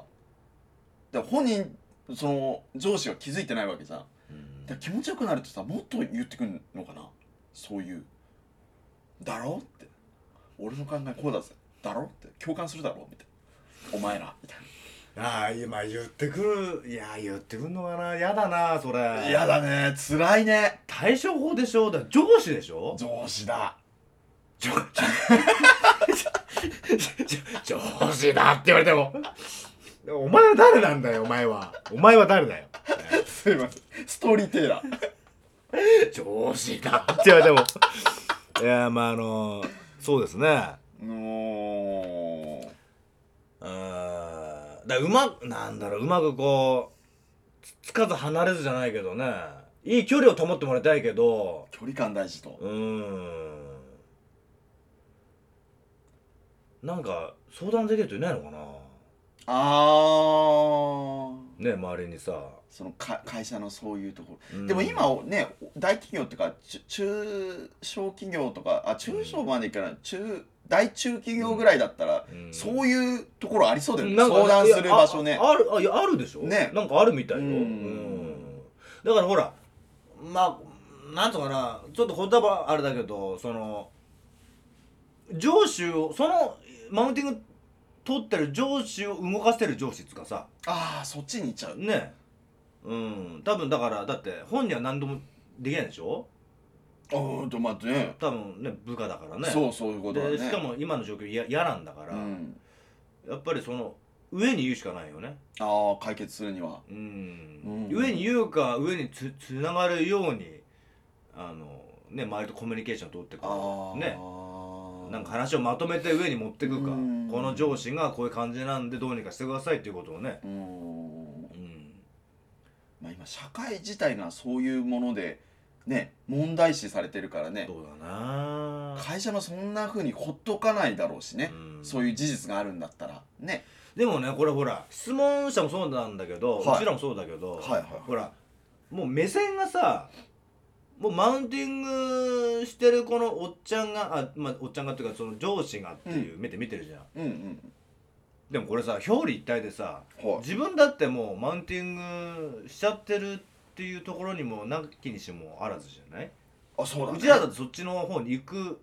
[SPEAKER 3] だから本人その上司は気づいてないわけじゃんだか
[SPEAKER 2] うん
[SPEAKER 3] ら気持ちよくなるとさもっと言ってくるのかなそういう「だろ?」って「俺の考えこうだぜだろ?」って共感するだろみたいな「お前ら」みたい
[SPEAKER 2] ああ今言ってくるいや言ってくるのかな嫌だなそ
[SPEAKER 3] な「
[SPEAKER 2] れ
[SPEAKER 3] 嫌だね辛いね
[SPEAKER 2] 対処法でしょだから上司でしょ
[SPEAKER 3] 上司だ
[SPEAKER 2] ちょ、ちょ、 上司だって言われても。お前は誰なんだよ、お前は。お前は誰だよ。」
[SPEAKER 3] すいませんストーリーテイラー
[SPEAKER 2] 上司だって言われても。いや、まあ、あの、そうですね。
[SPEAKER 3] のー
[SPEAKER 2] うーん。だうまく、なんだろう、うまくこう、つつかず離れずじゃないけどね。いい距離を保ってもらいたいけど、
[SPEAKER 3] 距離感大事と、
[SPEAKER 2] うーん。なんか、相談できる人いないのかな
[SPEAKER 3] ああ
[SPEAKER 2] ね、周りにさ。
[SPEAKER 3] そのか会社のそういうところ、
[SPEAKER 2] うん
[SPEAKER 3] でも今ね大企業とかちゅ中小企業とかあ中小までいかない、中大中企業ぐらいだったら、
[SPEAKER 2] うん
[SPEAKER 3] そういうところありそうだよね
[SPEAKER 2] なんか
[SPEAKER 3] 相談する場所
[SPEAKER 2] い
[SPEAKER 3] ね
[SPEAKER 2] やああるあいやあるでしょ、
[SPEAKER 3] ね
[SPEAKER 2] なんかあるみたいよ、
[SPEAKER 3] う
[SPEAKER 2] うんんだからほらまあなんとかなちょっと言葉あれだけどその上司をそのマウンティング取ってる上司を動かせる上司っつうかさ
[SPEAKER 3] ああそっちに行っちゃう
[SPEAKER 2] ねうん多分だからだって本人は何度もできないでしょ
[SPEAKER 3] ああとまあね
[SPEAKER 2] 多分ね部下だからね
[SPEAKER 3] そうそういうことだ
[SPEAKER 2] で
[SPEAKER 3] ね
[SPEAKER 2] しかも今の状況嫌嫌なんだから、
[SPEAKER 3] うん、
[SPEAKER 2] やっぱりその上に言うしかないよね
[SPEAKER 3] ああ解決するには
[SPEAKER 2] うん
[SPEAKER 3] うん
[SPEAKER 2] 上に言うか上につつながるようにあのね周りとコミュニケーション取ってく
[SPEAKER 3] ああ
[SPEAKER 2] ねなんか話をまとめて上に持ってくか
[SPEAKER 3] うん
[SPEAKER 2] この上司がこういう感じなんでどうにかしてくださいっていうことをね、
[SPEAKER 3] うん
[SPEAKER 2] うん、
[SPEAKER 3] まあ、今社会自体がそういうものでね問題視されてるからね
[SPEAKER 2] どうだな
[SPEAKER 3] 会社もそんな風にほっとかないだろうしね、
[SPEAKER 2] うん
[SPEAKER 3] そういう事実があるんだったらね
[SPEAKER 2] でもねこれほら質問者もそうなんだけど、
[SPEAKER 3] はいう
[SPEAKER 2] ちらもそうだけど、
[SPEAKER 3] はいはいはい
[SPEAKER 2] ほらもう目線がさもうマウンティングしてるこのおっちゃんがあ、まあ、おっちゃんがっていうかその上司がっていう目で見てるじゃん
[SPEAKER 3] うんうん
[SPEAKER 2] でもこれさ表裏一体でさ
[SPEAKER 3] はい
[SPEAKER 2] 自分だってもうマウンティングしちゃってるっていうところにもなきにしもあらずじゃない
[SPEAKER 3] あそうだ
[SPEAKER 2] う
[SPEAKER 3] ね
[SPEAKER 2] ちらだってそっちの方に行く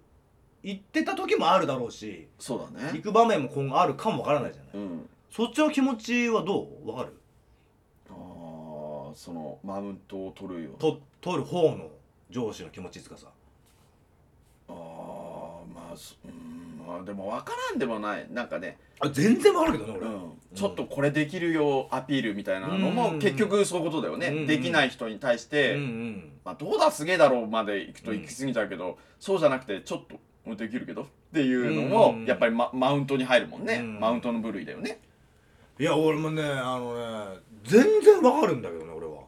[SPEAKER 2] 行ってた時もあるだろうし
[SPEAKER 3] そうだ
[SPEAKER 2] 行
[SPEAKER 3] ね
[SPEAKER 2] く場面も今後あるかもわからないじゃない
[SPEAKER 3] うん
[SPEAKER 2] そっちの気持ちはどうわかる
[SPEAKER 3] あーそのマウントを取るような
[SPEAKER 2] と取る方の上司の気持ちつかさ
[SPEAKER 3] あーまあそうんまあでも分からんでもないなんかね、
[SPEAKER 2] あ全然わかるけどね
[SPEAKER 3] う
[SPEAKER 2] 俺、
[SPEAKER 3] ん、ちょっとこれできるよアピールみたいなの
[SPEAKER 2] う
[SPEAKER 3] も
[SPEAKER 2] ん
[SPEAKER 3] 結局そういうことだよね、
[SPEAKER 2] うん
[SPEAKER 3] できない人に対して、
[SPEAKER 2] うんうん
[SPEAKER 3] まあ、どうだすげえだろうまで行くと行き過ぎちゃうけど、そうじゃなくてちょっともうできるけどっていうの
[SPEAKER 2] う
[SPEAKER 3] も
[SPEAKER 2] んうん
[SPEAKER 3] やっぱりママウントに入るもんね、
[SPEAKER 2] うん
[SPEAKER 3] マウントの部類だよね
[SPEAKER 2] いや俺もねあのね全然わかるんだけどね俺は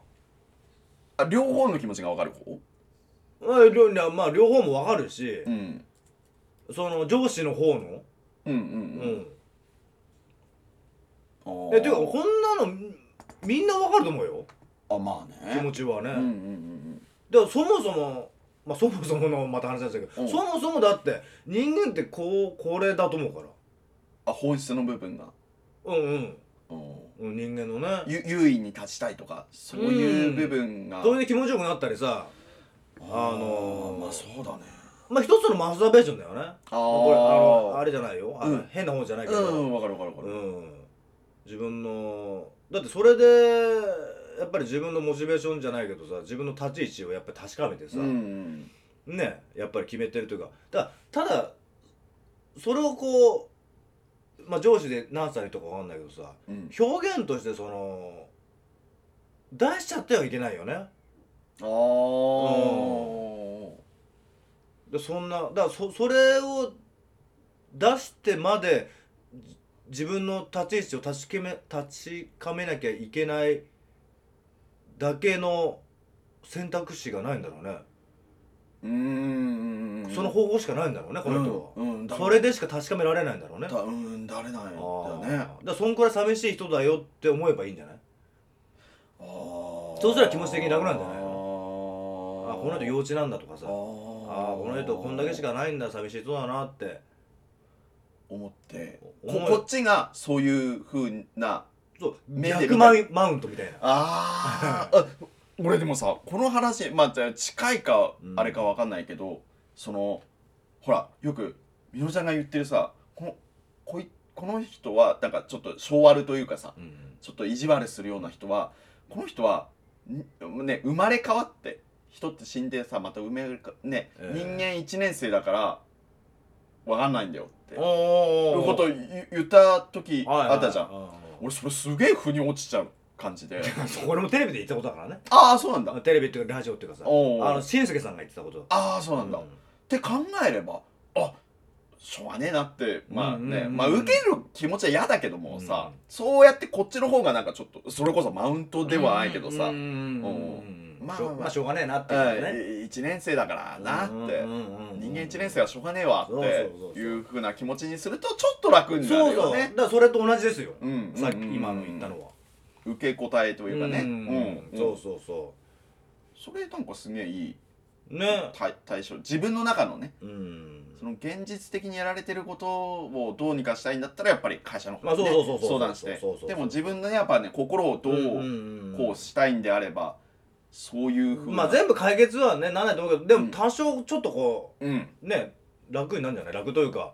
[SPEAKER 3] あ両方の気持ちが分かる方
[SPEAKER 2] まあ両まあ両方もわかるし、
[SPEAKER 3] うん
[SPEAKER 2] その上司の方の
[SPEAKER 3] う
[SPEAKER 2] う
[SPEAKER 3] んうんうん
[SPEAKER 2] ん
[SPEAKER 3] あー
[SPEAKER 2] えていうかこんなのみみんなわかると思うよ
[SPEAKER 3] あまあね
[SPEAKER 2] 気持ちはね、
[SPEAKER 3] うんうんうん
[SPEAKER 2] でもそもそもまあそもそものまた話なんですけど、
[SPEAKER 3] うん
[SPEAKER 2] そもそもだって人間ってこうこれだと思うから
[SPEAKER 3] あ本質の部分が、
[SPEAKER 2] うんうん
[SPEAKER 3] うん、
[SPEAKER 2] うん人間のね
[SPEAKER 3] ゆ優位に立ちたいとかそういう部分が、
[SPEAKER 2] それで気持ちよくなったりさあの
[SPEAKER 3] ー
[SPEAKER 2] ー
[SPEAKER 3] まあそうだね
[SPEAKER 2] まあ一つのマスターベーションだよね
[SPEAKER 3] あ
[SPEAKER 2] まあこれあの
[SPEAKER 3] あ
[SPEAKER 2] あれじゃないよあの、
[SPEAKER 3] うん
[SPEAKER 2] 変な方じゃないけ
[SPEAKER 3] う
[SPEAKER 2] ど、
[SPEAKER 3] ん分かる分かる分か
[SPEAKER 2] う
[SPEAKER 3] る、
[SPEAKER 2] ん、自分のだってそれでやっぱり自分のモチベーションじゃないけどさ自分の立ち位置をやっぱり確かめてさ、
[SPEAKER 3] うんうん
[SPEAKER 2] ねやっぱり決めてるというかだただそれをこう、まあ、上司で何歳とかわかんないけどさ
[SPEAKER 3] うん、
[SPEAKER 2] 表現としてその出しちゃってはいけないよね
[SPEAKER 3] ああ
[SPEAKER 2] でそんなだからそそれを出してまでじ自分の立ち位置を確かめ確かめなきゃいけないだけの選択肢がないんだろうね、
[SPEAKER 3] うーん
[SPEAKER 2] その方法しかないんだろうねこの人は、
[SPEAKER 3] うんうんだ
[SPEAKER 2] それでしか確かめられないんだろうね
[SPEAKER 3] だうん誰なんや
[SPEAKER 2] あー
[SPEAKER 3] だね
[SPEAKER 2] だからそんくらい寂しい人だよって思えばいいんじゃない
[SPEAKER 3] そ
[SPEAKER 2] そうすれば気持ち的に楽なんじゃないの
[SPEAKER 3] あ
[SPEAKER 2] あ
[SPEAKER 3] ー
[SPEAKER 2] この人幼稚なんだとかさ
[SPEAKER 3] あ
[SPEAKER 2] ああーこの人こんだけしかないんだ寂しい人だなって
[SPEAKER 3] 思ってこ
[SPEAKER 2] 思う
[SPEAKER 3] こっちがそういうふうな
[SPEAKER 2] そう
[SPEAKER 3] 目で見た
[SPEAKER 2] 逆マウマウントみたいな
[SPEAKER 3] あーあ俺でもさこの話まあじゃあ近いか
[SPEAKER 2] うん
[SPEAKER 3] あれかわかんないけど、そのほらよくみのりちゃんが言ってるさこのこいこの人はなんかちょっと性悪というかさ
[SPEAKER 2] うん
[SPEAKER 3] ちょっと意地悪するような人はこの人はんね生まれ変わって人って死んでさまた生まれかね、
[SPEAKER 2] ええ
[SPEAKER 3] 人間1年生だからわかんないんだよっていう
[SPEAKER 2] お
[SPEAKER 3] こ
[SPEAKER 2] ー
[SPEAKER 3] と言言った時
[SPEAKER 2] はい
[SPEAKER 3] あったじゃん、
[SPEAKER 2] はいはい
[SPEAKER 3] 俺それすげえ腑に落ちちゃう感じで
[SPEAKER 2] これもテレビで言ったことだからね
[SPEAKER 3] ああそうなんだ
[SPEAKER 2] テレビっていうかラジオっていうかさあ
[SPEAKER 3] おう
[SPEAKER 2] のしんすけさんが言ってたこと
[SPEAKER 3] ああそうなんだ、っ
[SPEAKER 2] う
[SPEAKER 3] て考えればあしょうがねえなってまあね、
[SPEAKER 2] うんうんうん
[SPEAKER 3] まあ受ける気持ちは嫌だけどもさ、
[SPEAKER 2] うん
[SPEAKER 3] そうやってこっちの方がなんかちょっとそれこそマウントではないけどさ、
[SPEAKER 2] うんうんうんうん
[SPEAKER 3] まあ
[SPEAKER 2] しょ
[SPEAKER 3] まあ
[SPEAKER 2] まあしょうがねえなっていうね
[SPEAKER 3] 1年生だからなって
[SPEAKER 2] うんうんうんうん
[SPEAKER 3] 人間1年生はしょうがねえわ
[SPEAKER 2] そうそうそう
[SPEAKER 3] っ
[SPEAKER 2] そ
[SPEAKER 3] て
[SPEAKER 2] う
[SPEAKER 3] いうふうな気持ちにするとちょっと楽にな
[SPEAKER 2] そう
[SPEAKER 3] る
[SPEAKER 2] そう
[SPEAKER 3] よ
[SPEAKER 2] だ
[SPEAKER 3] ね
[SPEAKER 2] からそれと同じですよ
[SPEAKER 3] うんうんうん
[SPEAKER 2] さっき今の言ったのは
[SPEAKER 3] 受け答えというかね
[SPEAKER 2] うん
[SPEAKER 3] うん
[SPEAKER 2] そうそうそ
[SPEAKER 3] それなんかすげえいいう
[SPEAKER 2] ね
[SPEAKER 3] 対対象自分の中のね
[SPEAKER 2] うん
[SPEAKER 3] その現実的にやられてることをどうにかしたいんだったらやっぱり会社の方
[SPEAKER 2] ま
[SPEAKER 3] に
[SPEAKER 2] あ
[SPEAKER 3] ね
[SPEAKER 2] そうそうそうそう
[SPEAKER 3] 相談し
[SPEAKER 2] そ
[SPEAKER 3] て
[SPEAKER 2] うそうそう
[SPEAKER 3] でも自分のねやっぱね心をどうこうしたいんであればそういうふう
[SPEAKER 2] まあ
[SPEAKER 3] な
[SPEAKER 2] 全部解決はねならないと思うけどで
[SPEAKER 3] う
[SPEAKER 2] も
[SPEAKER 3] ん
[SPEAKER 2] 多少ちょっとこ
[SPEAKER 3] うん
[SPEAKER 2] うね楽になるんじゃない楽というか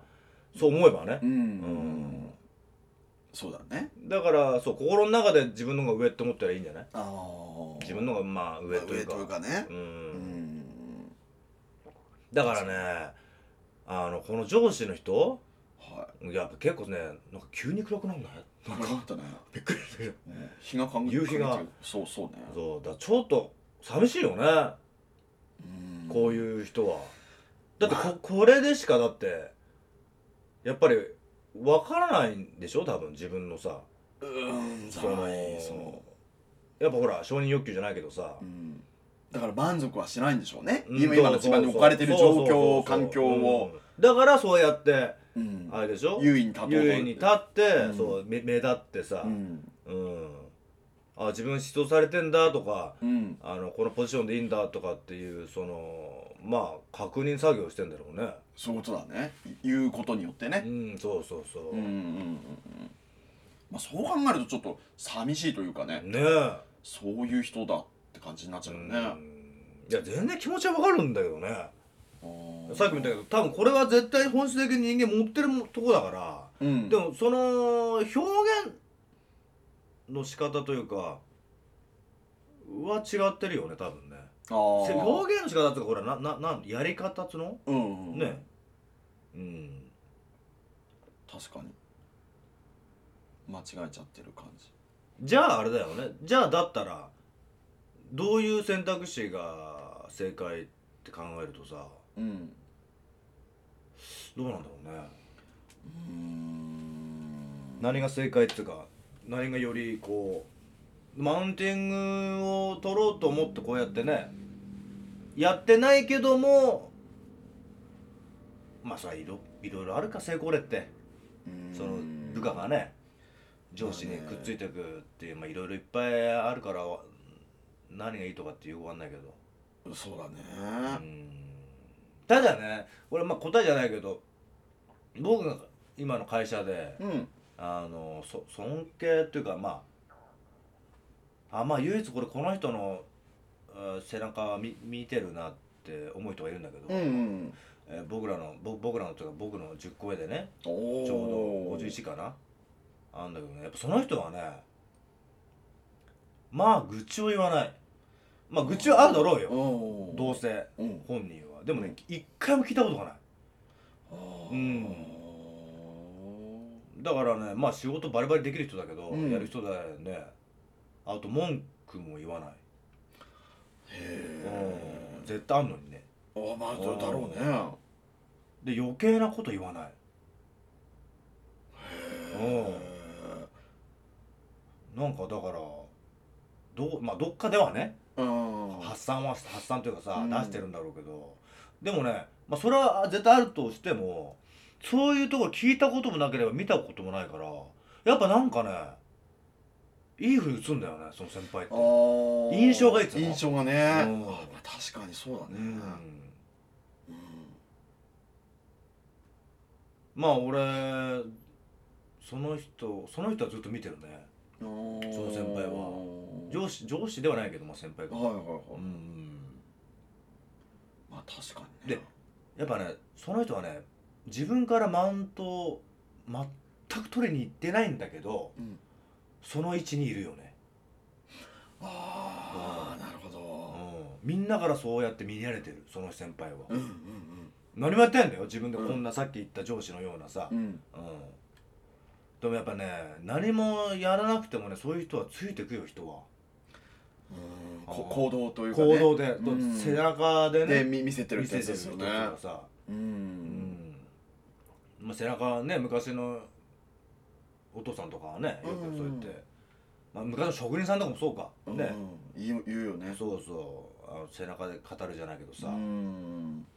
[SPEAKER 2] そう思えばね
[SPEAKER 3] うん
[SPEAKER 2] ん
[SPEAKER 3] そうだね
[SPEAKER 2] だからそう心の中で自分の方が上って思ったらいいんじゃない
[SPEAKER 3] ああ
[SPEAKER 2] 自分の方がまあ上というか
[SPEAKER 3] ね
[SPEAKER 2] う
[SPEAKER 3] うんん
[SPEAKER 2] だからねあのこの上司の人
[SPEAKER 3] は
[SPEAKER 2] やっぱ結構ねなんか急に暗くなんない
[SPEAKER 3] いなんかあったね
[SPEAKER 2] びっくりする
[SPEAKER 3] 日が関
[SPEAKER 2] 夕日が
[SPEAKER 3] そうそうね
[SPEAKER 2] そうだからちょっと寂しいよね
[SPEAKER 3] うん
[SPEAKER 2] こういう人はだってこ これでしかだってやっぱりわからないんでしょ多分自分のさ
[SPEAKER 3] うん
[SPEAKER 2] そ
[SPEAKER 3] そ
[SPEAKER 2] の
[SPEAKER 3] のその
[SPEAKER 2] やっぱほら承認欲求じゃないけどさ
[SPEAKER 3] うんだから満足はしないんでしょうね
[SPEAKER 2] うん
[SPEAKER 3] 今今の自分に置かれてる状況環境を、
[SPEAKER 2] そうそうそうそううんだからそうやって
[SPEAKER 3] うん
[SPEAKER 2] あれでしょ
[SPEAKER 3] 優位に立とうと
[SPEAKER 2] 優位に立って、
[SPEAKER 3] ん
[SPEAKER 2] そう目目立ってさ
[SPEAKER 3] う、ん
[SPEAKER 2] うんあ自分指導されてんだとか
[SPEAKER 3] うん
[SPEAKER 2] あのこのポジションでいいんだとかっていうそのまあ確認作業してんだろうね
[SPEAKER 3] そういうことだね言うことによってね
[SPEAKER 2] うんそうそうそうう、
[SPEAKER 3] んうんうんうんまあそう考えるとちょっと寂しいというかね
[SPEAKER 2] ねえ
[SPEAKER 3] そういう人だって感じになっちゃうよね
[SPEAKER 2] いや全然気持ちはわかるんだけどね
[SPEAKER 3] あー
[SPEAKER 2] さっきも言ったけど多分これは絶対本質的に人間持ってるもとこだから、
[SPEAKER 3] うん
[SPEAKER 2] でもその表現の仕方というかは違ってるよね多分ね
[SPEAKER 3] あー
[SPEAKER 2] 表現の仕方っていうかほらなななんやり方っつうの
[SPEAKER 3] うんうん
[SPEAKER 2] ねうん
[SPEAKER 3] 確かに間違えちゃってる感じ
[SPEAKER 2] じゃああれだよねじゃあだったらどういう選択肢が正解って考えるとさ
[SPEAKER 3] うん
[SPEAKER 2] どうなんだろうね
[SPEAKER 3] うーん
[SPEAKER 2] 何が正解っていうか何がよりこうマウンティングを取ろうと思ってこうやってねやってないけどもまあさいろいろいろあるか成功例ってその部下がね上司にくっついてくっていうまあいろいろいっぱいあるから何がいいとかってよくわかんないけど
[SPEAKER 3] そうだね
[SPEAKER 2] うんただね俺まあ答えじゃないけど僕が今の会社で
[SPEAKER 3] うん
[SPEAKER 2] あのそ尊敬っていうかまああまあ唯一これこの人のあ背中は見見てるなって思う人がいるんだけど、
[SPEAKER 3] うんうん
[SPEAKER 2] えー僕らのぼ僕らのというか僕の10個上でね
[SPEAKER 3] おお
[SPEAKER 2] ちょうど51かなあんだけどねやっぱその人はねまあ愚痴を言わないまあ愚痴はあるだろうよ
[SPEAKER 3] おー
[SPEAKER 2] どうせ
[SPEAKER 3] うん
[SPEAKER 2] 本人はでもね一回も聞いたことがない
[SPEAKER 3] あー
[SPEAKER 2] うんだからねまあ仕事バリバリできる人だけど、
[SPEAKER 3] うん
[SPEAKER 2] やる人だよねあと文句も言わない
[SPEAKER 3] へ
[SPEAKER 2] うん絶対あんのにね
[SPEAKER 3] えあまあそうだろうね
[SPEAKER 2] で余計なこと言わないなんかだからどうまあどっかではね
[SPEAKER 3] うん
[SPEAKER 2] 発散は発散というかさ、
[SPEAKER 3] うん
[SPEAKER 2] 出してるんだろうけどでもね、まあ、それは絶対あるとしてもそういうところ聞いたこともなければ見たこともないからやっぱなんかねいいふうに映んだよねその先輩って。
[SPEAKER 3] あー
[SPEAKER 2] 印象がいいっすよ
[SPEAKER 3] 印象がね
[SPEAKER 2] うん
[SPEAKER 3] あまあ確かにそうだ
[SPEAKER 2] う
[SPEAKER 3] ね
[SPEAKER 2] ん
[SPEAKER 3] うん
[SPEAKER 2] まあ俺その人その人はずっと見てるね
[SPEAKER 3] そ
[SPEAKER 2] その先輩は上司上司ではないけども先輩が、
[SPEAKER 3] はいはいはい
[SPEAKER 2] うん
[SPEAKER 3] まあ確かにね
[SPEAKER 2] でやっぱねその人はね自分からマウントを全く取りに行ってないんだけど、
[SPEAKER 3] うん
[SPEAKER 2] その位置にいるよね、
[SPEAKER 3] あ
[SPEAKER 2] う
[SPEAKER 3] あなるほ
[SPEAKER 2] うん
[SPEAKER 3] ど、
[SPEAKER 2] みんなからそうやって見られてるその先輩は、
[SPEAKER 3] うんうん
[SPEAKER 2] 何もやってんだよ自分でこ
[SPEAKER 3] うん
[SPEAKER 2] んなさっき言った上司のようなさ、
[SPEAKER 3] うんうん
[SPEAKER 2] うんでもやっぱね何もやらなくてもねそういう人はついてくよ人は
[SPEAKER 3] うん
[SPEAKER 2] あ
[SPEAKER 3] こ
[SPEAKER 2] ー
[SPEAKER 3] 行動というか、ね、
[SPEAKER 2] 行動で、
[SPEAKER 3] うん
[SPEAKER 2] 背中でね
[SPEAKER 3] で見見せてる
[SPEAKER 2] 見
[SPEAKER 3] って
[SPEAKER 2] せ
[SPEAKER 3] やつ
[SPEAKER 2] て
[SPEAKER 3] で
[SPEAKER 2] る人
[SPEAKER 3] すよ
[SPEAKER 2] と
[SPEAKER 3] ね
[SPEAKER 2] かさ、
[SPEAKER 3] うん
[SPEAKER 2] うんまあ、背中ね昔のお父さんとかはねよくそうやって、
[SPEAKER 3] うん
[SPEAKER 2] まあ、昔の職人さんとかもそうか
[SPEAKER 3] うん
[SPEAKER 2] ね、
[SPEAKER 3] うん言う言うよね
[SPEAKER 2] そうそうあの背中で語るじゃないけどさ、
[SPEAKER 3] うん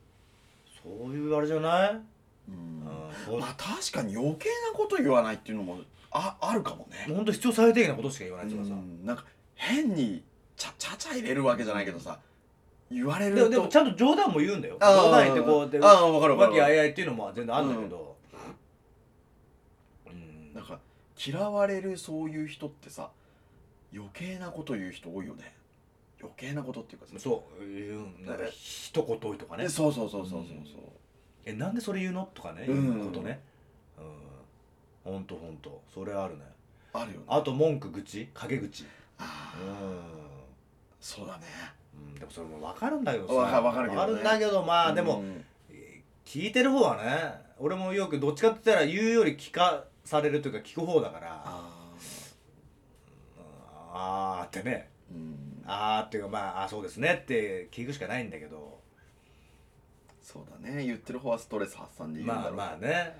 [SPEAKER 2] そういうあれじゃない、うん
[SPEAKER 3] うん
[SPEAKER 2] そう
[SPEAKER 3] まあ確かに余計なこと言わないっていうのもああるかもね
[SPEAKER 2] ほんと必要最低限なことしか言わないとかさ、
[SPEAKER 3] うんなんか変にちゃちゃちゃ入れるわけじゃないけどさ言われる
[SPEAKER 2] で
[SPEAKER 3] と
[SPEAKER 2] もでもちゃんと冗談も言うんだよ
[SPEAKER 3] あー
[SPEAKER 2] 冗談言ってこうで
[SPEAKER 3] ああ分かる分
[SPEAKER 2] 和
[SPEAKER 3] か
[SPEAKER 2] 気
[SPEAKER 3] る
[SPEAKER 2] あいあいっていうのも全然あるんだけど、うん
[SPEAKER 3] なんか嫌われるそういう人ってさ余計なこと言う人多いよね余計なことっていうかさ
[SPEAKER 2] そう言うんなんか一言多いとかね
[SPEAKER 3] ねそうそうそうそうそう
[SPEAKER 2] えなんでそれ言うのとかね
[SPEAKER 3] う
[SPEAKER 2] い
[SPEAKER 3] ん
[SPEAKER 2] うことねうんほんとほんとそれあるね
[SPEAKER 3] そうあるよね
[SPEAKER 2] あと文句愚痴陰口
[SPEAKER 3] あ
[SPEAKER 2] う
[SPEAKER 3] ー
[SPEAKER 2] ん
[SPEAKER 3] そうだね
[SPEAKER 2] うんでもそれも分かるんだけど
[SPEAKER 3] わかわかるけどね
[SPEAKER 2] わんだけどまあで
[SPEAKER 3] う
[SPEAKER 2] も
[SPEAKER 3] ん
[SPEAKER 2] えー聞いてる方はね俺もよくどっちかって言ったら言うより聞かされるというか聞く方だから
[SPEAKER 3] あー
[SPEAKER 2] あーってね
[SPEAKER 3] うん
[SPEAKER 2] あーっていうかまああーそうですねって聞くしかないんだけど
[SPEAKER 3] そうだね言ってる方はストレス発散でいいんだろ
[SPEAKER 2] まあ
[SPEAKER 3] う
[SPEAKER 2] まあね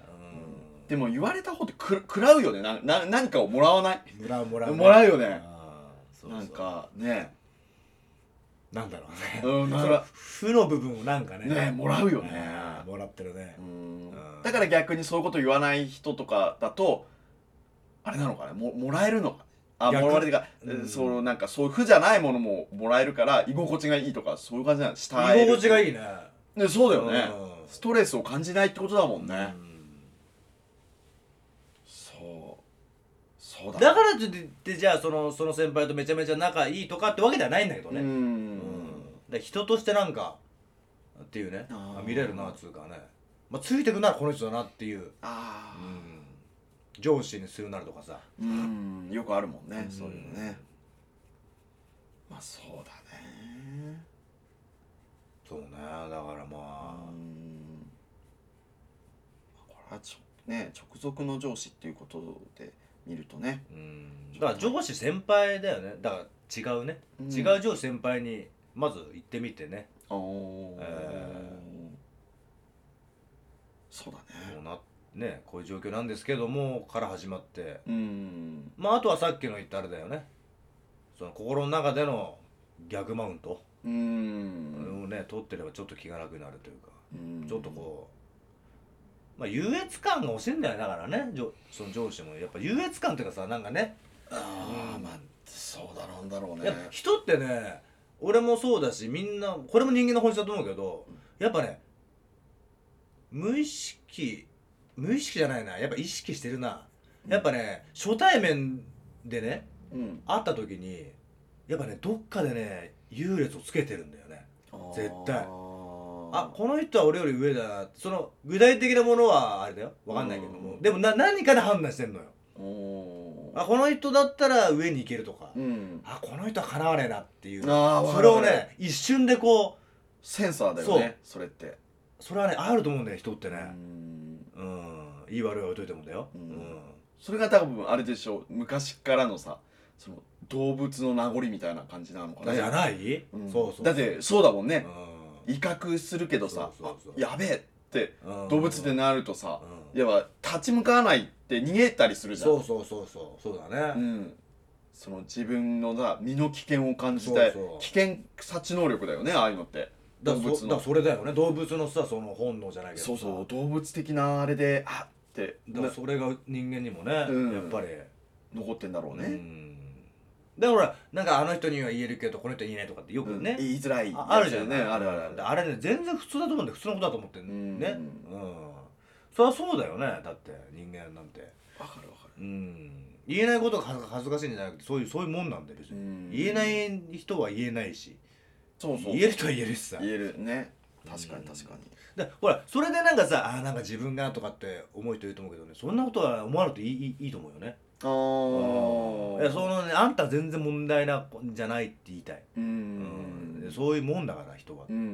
[SPEAKER 3] でも言われた方ってく食らうよねなな何かをもらわない
[SPEAKER 2] うんもらうもらうね
[SPEAKER 3] もらうよね
[SPEAKER 2] あーそうそう
[SPEAKER 3] なんかね
[SPEAKER 2] なんだろうね
[SPEAKER 3] うん
[SPEAKER 2] その負の部分をなんかね
[SPEAKER 3] ねもらうよね
[SPEAKER 2] うんもらってるね
[SPEAKER 3] うん
[SPEAKER 2] うん
[SPEAKER 3] だから逆にそういうこと言わない人とかだとあれなのかねももらえるのかねあ
[SPEAKER 2] 逆
[SPEAKER 3] もらえるか、
[SPEAKER 2] うん
[SPEAKER 3] そのなんかそういう苦じゃないものももらえるから居心地がいいとかそういう感じなの下
[SPEAKER 2] 居心地が
[SPEAKER 3] い
[SPEAKER 2] いいね
[SPEAKER 3] ねそうだよね
[SPEAKER 2] うん
[SPEAKER 3] ストレスを感じないってことだもんね、
[SPEAKER 2] うん
[SPEAKER 3] そうそうだ
[SPEAKER 2] だからといってじゃあそのその先輩とめちゃめちゃ仲いいとかってわけではないんだけど
[SPEAKER 3] う
[SPEAKER 2] ね
[SPEAKER 3] ん、
[SPEAKER 2] だから人としてなんかっていうね
[SPEAKER 3] あー
[SPEAKER 2] 見れるなっつうかねまあついてくならこの人だなっていう
[SPEAKER 3] ああ
[SPEAKER 2] 上司にするなるとかさ
[SPEAKER 3] うんよくあるもんね、
[SPEAKER 2] うん
[SPEAKER 3] そういうのねまあそうだね
[SPEAKER 2] そうねだからまあ
[SPEAKER 3] うんこれはちょね直属の上司っていうことで見るとね、
[SPEAKER 2] うんだから上司先輩だよねだから違うね違う上司先輩にまず行ってみてね
[SPEAKER 3] おー
[SPEAKER 2] え
[SPEAKER 3] そうだ
[SPEAKER 2] こ
[SPEAKER 3] ね
[SPEAKER 2] うなねこういう状況なんですけどもから始まって
[SPEAKER 3] うん
[SPEAKER 2] まああとはさっきの言ったあれだよねその心の中での逆マウント
[SPEAKER 3] う
[SPEAKER 2] を
[SPEAKER 3] ん、
[SPEAKER 2] ね取ってればちょっと気が楽になるというか
[SPEAKER 3] うん
[SPEAKER 2] ちょっとこうまあ優越感が欲しいんだよねだからね上その上司もやっぱ優越感というかさなんかね
[SPEAKER 3] ああ
[SPEAKER 2] うん
[SPEAKER 3] まあそうだろうんだろう
[SPEAKER 2] や
[SPEAKER 3] ね
[SPEAKER 2] っぱ人ってね俺もそうだしみんなこれも人間の本質だと思うけどやっぱね無意識無意識じゃないなやっぱ意識してるなやっぱね初対面でね
[SPEAKER 3] うん
[SPEAKER 2] 会った時にやっぱねどっかでね優劣をつけてるんだよね絶対あ
[SPEAKER 3] あ
[SPEAKER 2] この人は俺より上だなその具体的なものはあれだよわかんないけど
[SPEAKER 3] う
[SPEAKER 2] も
[SPEAKER 3] ん
[SPEAKER 2] でもな何かで判断してんのよ
[SPEAKER 3] おー
[SPEAKER 2] あこの人だったら上に行けるとか
[SPEAKER 3] うん
[SPEAKER 2] あこの人はかなわねえなっていう
[SPEAKER 3] あー
[SPEAKER 2] それを
[SPEAKER 3] わかるわか
[SPEAKER 2] ね一瞬でこ
[SPEAKER 3] センサーだよねそれって
[SPEAKER 2] うそれはねあると思うんだよ人って
[SPEAKER 3] う
[SPEAKER 2] ね
[SPEAKER 3] ん
[SPEAKER 2] うんいい悪いは置いといてもだよ
[SPEAKER 3] う
[SPEAKER 2] うんん
[SPEAKER 3] それが多分あれでしょう昔からのさその動物の名残みたいな感じなのか
[SPEAKER 2] だ
[SPEAKER 3] な
[SPEAKER 2] じゃない
[SPEAKER 3] うん
[SPEAKER 2] そうそう
[SPEAKER 3] だってそうだもんね、
[SPEAKER 2] う
[SPEAKER 3] 威嚇するけどさ
[SPEAKER 2] そうそうそう
[SPEAKER 3] あやべえって
[SPEAKER 2] んうん
[SPEAKER 3] 動物でなるとさ、
[SPEAKER 2] うん
[SPEAKER 3] いやっぱ立ち向かわないってって逃げたりするじゃん
[SPEAKER 2] そうそうそうそうそうだ
[SPEAKER 3] う
[SPEAKER 2] ね、
[SPEAKER 3] ん、その自分のさ身の危険を感じたい
[SPEAKER 2] そうそう
[SPEAKER 3] 危険察知能力だよねああいうのって
[SPEAKER 2] だ
[SPEAKER 3] 動
[SPEAKER 2] から
[SPEAKER 3] 物
[SPEAKER 2] そだから
[SPEAKER 3] の
[SPEAKER 2] それだよね動物のさその本能じゃないけどさ
[SPEAKER 3] そうそう動物的なあれであって
[SPEAKER 2] だからそれが人間にもね、
[SPEAKER 3] うん
[SPEAKER 2] やっぱり
[SPEAKER 3] な残ってんだろう
[SPEAKER 2] う
[SPEAKER 3] ね,
[SPEAKER 2] んだからほらなんかあの人には言えるけどこの人に言えないとかってよ
[SPEAKER 3] うん、
[SPEAKER 2] くね、
[SPEAKER 3] 言いづらい
[SPEAKER 2] ああるじゃん
[SPEAKER 3] ねあるあるある
[SPEAKER 2] あれね全然普通だと思うんで普通のことだと思ってん
[SPEAKER 3] うん
[SPEAKER 2] ねうんそりゃそうだよねだって人間なんて
[SPEAKER 3] わかるわかる
[SPEAKER 2] うん言えないことが恥ず恥ずかしいんじゃなくてそういうそういうもんなんだよ別
[SPEAKER 3] う
[SPEAKER 2] に
[SPEAKER 3] ん
[SPEAKER 2] 言えない人は言えないし
[SPEAKER 3] そうそう
[SPEAKER 2] 言える人は言えるしさ
[SPEAKER 3] 言えるね確かに確かに
[SPEAKER 2] だほらそれでなんかさあーなんか自分がとかって思う人いると思うけどねそんなことは思わなくていいいいいいと思うよね
[SPEAKER 3] あ
[SPEAKER 2] い
[SPEAKER 3] あ
[SPEAKER 2] やそのねあんた全然問題な子じゃないって言いたい、
[SPEAKER 3] うん
[SPEAKER 2] うんそういうもんだから人は
[SPEAKER 3] う、んうん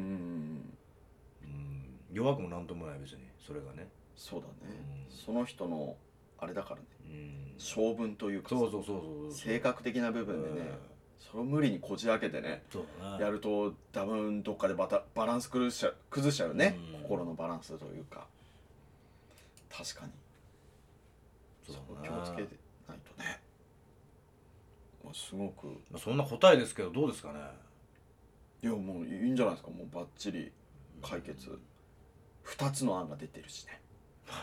[SPEAKER 2] うん、弱くもなんともない別にそれがね、
[SPEAKER 3] そうだね
[SPEAKER 2] うん
[SPEAKER 3] その人のあれだからね
[SPEAKER 2] うん、そう
[SPEAKER 3] 性分というかさ
[SPEAKER 2] そうそうそうそう
[SPEAKER 3] 性格的な部分でね、
[SPEAKER 2] うん
[SPEAKER 3] それを無理にこじ開けてね
[SPEAKER 2] そうだな
[SPEAKER 3] やると多分どっかでバタバランス崩しちゃう崩しちゃうね、
[SPEAKER 2] うん
[SPEAKER 3] 心のバランスというか確かに
[SPEAKER 2] そう
[SPEAKER 3] そこ
[SPEAKER 2] だ
[SPEAKER 3] 気
[SPEAKER 2] な
[SPEAKER 3] をつけないとね、まあ、すごく
[SPEAKER 2] まあそんな答えですけどどうですかね
[SPEAKER 3] いやもういいんじゃないですかもうバッチリ解決2つの案が出てるしね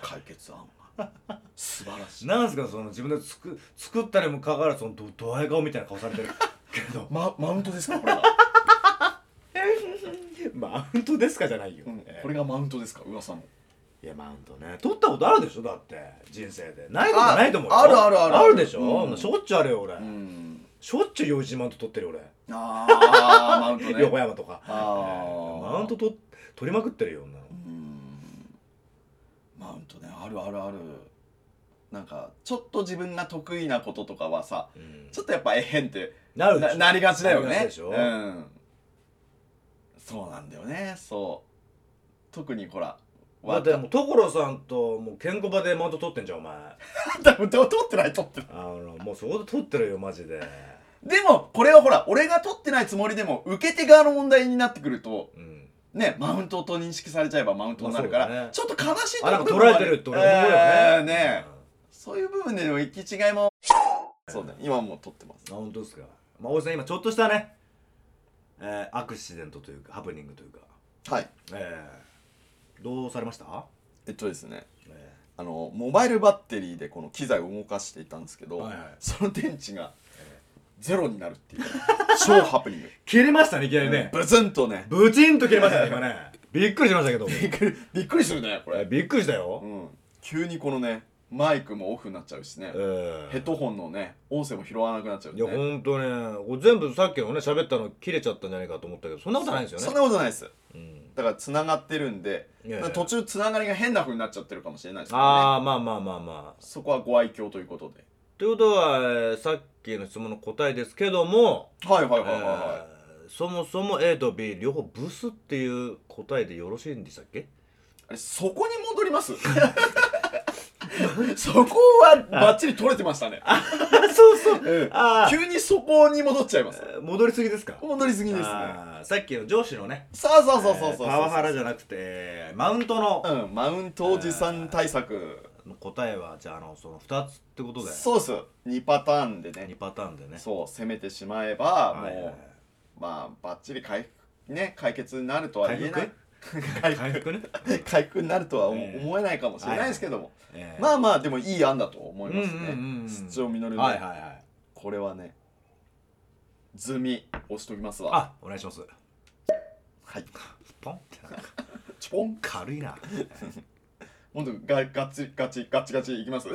[SPEAKER 3] 解決案が素晴らしい、
[SPEAKER 2] なんですかその自分で作作ったにもかかわらずそのどドヤ顔みたいな顔され てるけど
[SPEAKER 3] ま、マウントですかこれが、
[SPEAKER 2] マウントですかじゃないよ、
[SPEAKER 3] うん
[SPEAKER 2] えー
[SPEAKER 3] これがマウントですか噂の
[SPEAKER 2] いやマウントね取ったことあるでしょだって人生でないことないと思うよ
[SPEAKER 3] ああるあるある
[SPEAKER 2] あるでしょ、
[SPEAKER 3] うん
[SPEAKER 2] しょっちゅうあるよ俺、
[SPEAKER 3] うん
[SPEAKER 2] しょっちゅう用事マウント取ってるよ俺
[SPEAKER 3] ああマウン トね
[SPEAKER 2] 横山とか
[SPEAKER 3] ああ
[SPEAKER 2] マウントと取りまくってるよ女の
[SPEAKER 3] うんマウントねあるあるあるなんかちょっと自分が得意なこととかはさ
[SPEAKER 2] うん
[SPEAKER 3] ちょっとやっぱえへんって
[SPEAKER 2] なるでし
[SPEAKER 3] な
[SPEAKER 2] ょ
[SPEAKER 3] なりがちだよ
[SPEAKER 2] なりがち
[SPEAKER 3] ね
[SPEAKER 2] でしょ
[SPEAKER 3] うんそうなんだよねそう特にほら
[SPEAKER 2] だってもう所さんともうケンコバでマウント取ってんじゃんお前あ
[SPEAKER 3] だって取ってない取ってない
[SPEAKER 2] のもうそこで取ってるよマジで
[SPEAKER 3] でもこれはほら俺が取ってないつもりでも受け手側の問題になってくると
[SPEAKER 2] うん
[SPEAKER 3] ねマウントと認識されちゃえばマウントになるから、
[SPEAKER 2] まあそうだね
[SPEAKER 3] ちょっと悲しい
[SPEAKER 2] あなんか
[SPEAKER 3] ころ
[SPEAKER 2] 取られてるって俺思うよね
[SPEAKER 3] えーねそういう部分での行き違いもそうね今もう取ってます
[SPEAKER 2] うんあ本当ですかまあ大井さん今ちょっとしたねえーアクシデントというかハプニングというか
[SPEAKER 3] はい
[SPEAKER 2] ええどうされました
[SPEAKER 3] えっとですね
[SPEAKER 2] え
[SPEAKER 3] あのモバイルバッテリーでこの機材を動かしていたんですけど、
[SPEAKER 2] はいはい
[SPEAKER 3] その電池がゼロになるっていう超ハプニン グ
[SPEAKER 2] え切れましたねいきなりね
[SPEAKER 3] ブツンとね
[SPEAKER 2] ブチンと切れましたね今ね びっくりしましたけど
[SPEAKER 3] びっくりびっくりするねこ
[SPEAKER 2] え
[SPEAKER 3] れ、
[SPEAKER 2] びっくりしたよ
[SPEAKER 3] うん、急にこのねマイクもオフになっちゃうしね
[SPEAKER 2] ええ
[SPEAKER 3] ヘッドホンのね音声も拾わなくなっちゃう
[SPEAKER 2] いや、
[SPEAKER 3] ね
[SPEAKER 2] ほんとね、これ全部さっきのね、喋ったの切れちゃったんじゃないかと思ったけど、そんなことないですよ
[SPEAKER 3] そん
[SPEAKER 2] ね。
[SPEAKER 3] なことないです
[SPEAKER 2] うん、
[SPEAKER 3] だから繋がってるんで、
[SPEAKER 2] いやいや
[SPEAKER 3] 途中繋がりが変な風になっちゃってるかもしれないですけどね
[SPEAKER 2] ああ、まあまあまあまあ。
[SPEAKER 3] そこはご愛嬌ということで
[SPEAKER 2] ということは、えーさっきの質問の答えですけども、
[SPEAKER 3] はいはい
[SPEAKER 2] え
[SPEAKER 3] はいはいはい、
[SPEAKER 2] ーそもそも A と B 両方ブスっていう答えでよろしいんでしたっ け
[SPEAKER 3] あれそこに戻ります そこはバッチリ取れてましたね、
[SPEAKER 2] あ、そうそ
[SPEAKER 3] うん
[SPEAKER 2] あ
[SPEAKER 3] 急にそこに戻っちゃいます
[SPEAKER 2] ー戻りすぎですか
[SPEAKER 3] 戻りすぎですね
[SPEAKER 2] あーさっきの上司のね、
[SPEAKER 3] そうそうそうそうそうそう
[SPEAKER 2] えーパワハラじゃなくて、えーマウントの
[SPEAKER 3] うんマウントおじさん対策
[SPEAKER 2] 答えは、じゃあ、あの、その2つってことで、
[SPEAKER 3] そうです2パターンでね
[SPEAKER 2] 2パターンでね。
[SPEAKER 3] そう攻めてしまえばもう、
[SPEAKER 2] はいはいはい
[SPEAKER 3] まあバッチリ回復ね解決になるとは言えない 回復
[SPEAKER 2] 回復ね。
[SPEAKER 3] 回復になるとは思
[SPEAKER 2] ええ
[SPEAKER 3] 思えないかもしれないですけども、
[SPEAKER 2] えー
[SPEAKER 3] まあまあでもいい案だと思いますね、
[SPEAKER 2] うんうんうんうん
[SPEAKER 3] 出張みのるの、
[SPEAKER 2] はいはいはい。
[SPEAKER 3] これはねズミ押しときますわ
[SPEAKER 2] あ、お願いします。
[SPEAKER 3] はい
[SPEAKER 2] ポンってなんか
[SPEAKER 3] ちょぽん
[SPEAKER 2] 軽い な。
[SPEAKER 3] ほんとガガチガチガチガチいき ます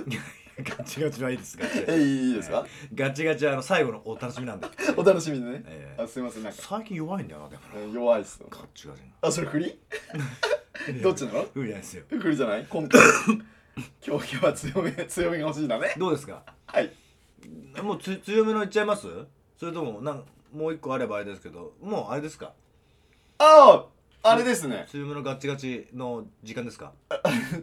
[SPEAKER 2] ガチガチはいいです。ガチガ
[SPEAKER 3] え
[SPEAKER 2] チ。
[SPEAKER 3] いいですか、
[SPEAKER 2] ガチガチはあの最後のお楽しみなんで。
[SPEAKER 3] お楽しみにね、
[SPEAKER 2] え
[SPEAKER 3] あすいませんなんか
[SPEAKER 2] 最近弱いんだよなでもな。
[SPEAKER 3] え弱いっすよ
[SPEAKER 2] ガチガチ
[SPEAKER 3] あそれ振り
[SPEAKER 2] な。
[SPEAKER 3] どっちな
[SPEAKER 2] い
[SPEAKER 3] の
[SPEAKER 2] やいやいいですよ。
[SPEAKER 3] 振りじゃない 今回今日今日は強め強めが欲しいんだね
[SPEAKER 2] どうですか。
[SPEAKER 3] はい
[SPEAKER 2] もうつ強めのいっちゃいます？それともなんもう一個あればあれですけど、もうあれですか。
[SPEAKER 3] あああれですね
[SPEAKER 2] 強めのガチガチの時間ですか。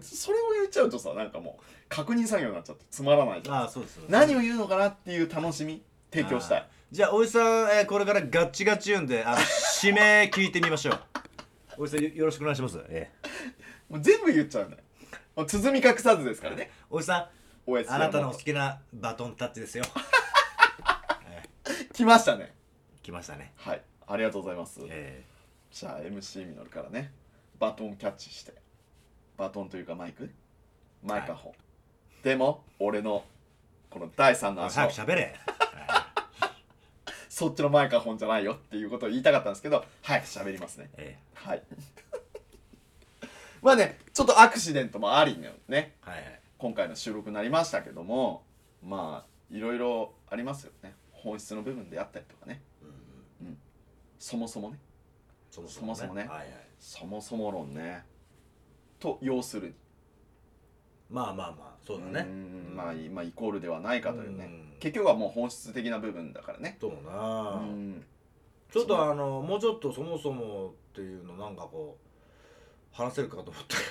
[SPEAKER 3] それを言っちゃうとさなんかもう確認作業になっちゃってつまらないじゃん
[SPEAKER 2] ああそうです。
[SPEAKER 3] 何を言うのかなっていう楽しみ提供した
[SPEAKER 2] あー
[SPEAKER 3] い
[SPEAKER 2] じゃあおじさん、えーこれからガチガチ言うんで、あの指名聞いてみましょう。 おじさんよよろしくお願いします。ええ
[SPEAKER 3] もう全部言っちゃうんだよもう包み隠さずですからね
[SPEAKER 2] おじさん
[SPEAKER 3] おやつ
[SPEAKER 2] あなたのお好きなバトンタッチですよ
[SPEAKER 3] 来ましたね
[SPEAKER 2] 来ましたね
[SPEAKER 3] はいありがとうございます
[SPEAKER 2] え
[SPEAKER 3] じゃあ MC ミノルからねバトンキャッチしてバトンというかマイクマイカホン、でも俺のこの第3
[SPEAKER 2] え
[SPEAKER 3] の足
[SPEAKER 2] 早
[SPEAKER 3] を
[SPEAKER 2] く喋れ
[SPEAKER 3] そっちのマイカホンじゃないよっていうことを言いたかったんですけど早く喋りますね
[SPEAKER 2] ええ
[SPEAKER 3] はい まあねちょっとアクシデントもありのね
[SPEAKER 2] はいはい
[SPEAKER 3] 今回の収録になりましたけどもまあいろいろありますよね本質の部分であったりとかね
[SPEAKER 2] うん
[SPEAKER 3] そもそもね
[SPEAKER 2] そ
[SPEAKER 3] そもそもね
[SPEAKER 2] はいはい
[SPEAKER 3] そもそも論ねと要するに
[SPEAKER 2] まあまあまあそうだね
[SPEAKER 3] うんまあ、いまあイコールではないかというね
[SPEAKER 2] うん
[SPEAKER 3] 結局はもう本質的な部分だからね
[SPEAKER 2] そう
[SPEAKER 3] う
[SPEAKER 2] な、
[SPEAKER 3] ん
[SPEAKER 2] ちょっとあのもうちょっとそもそもっていうのなんかこう話せるかと思ったけ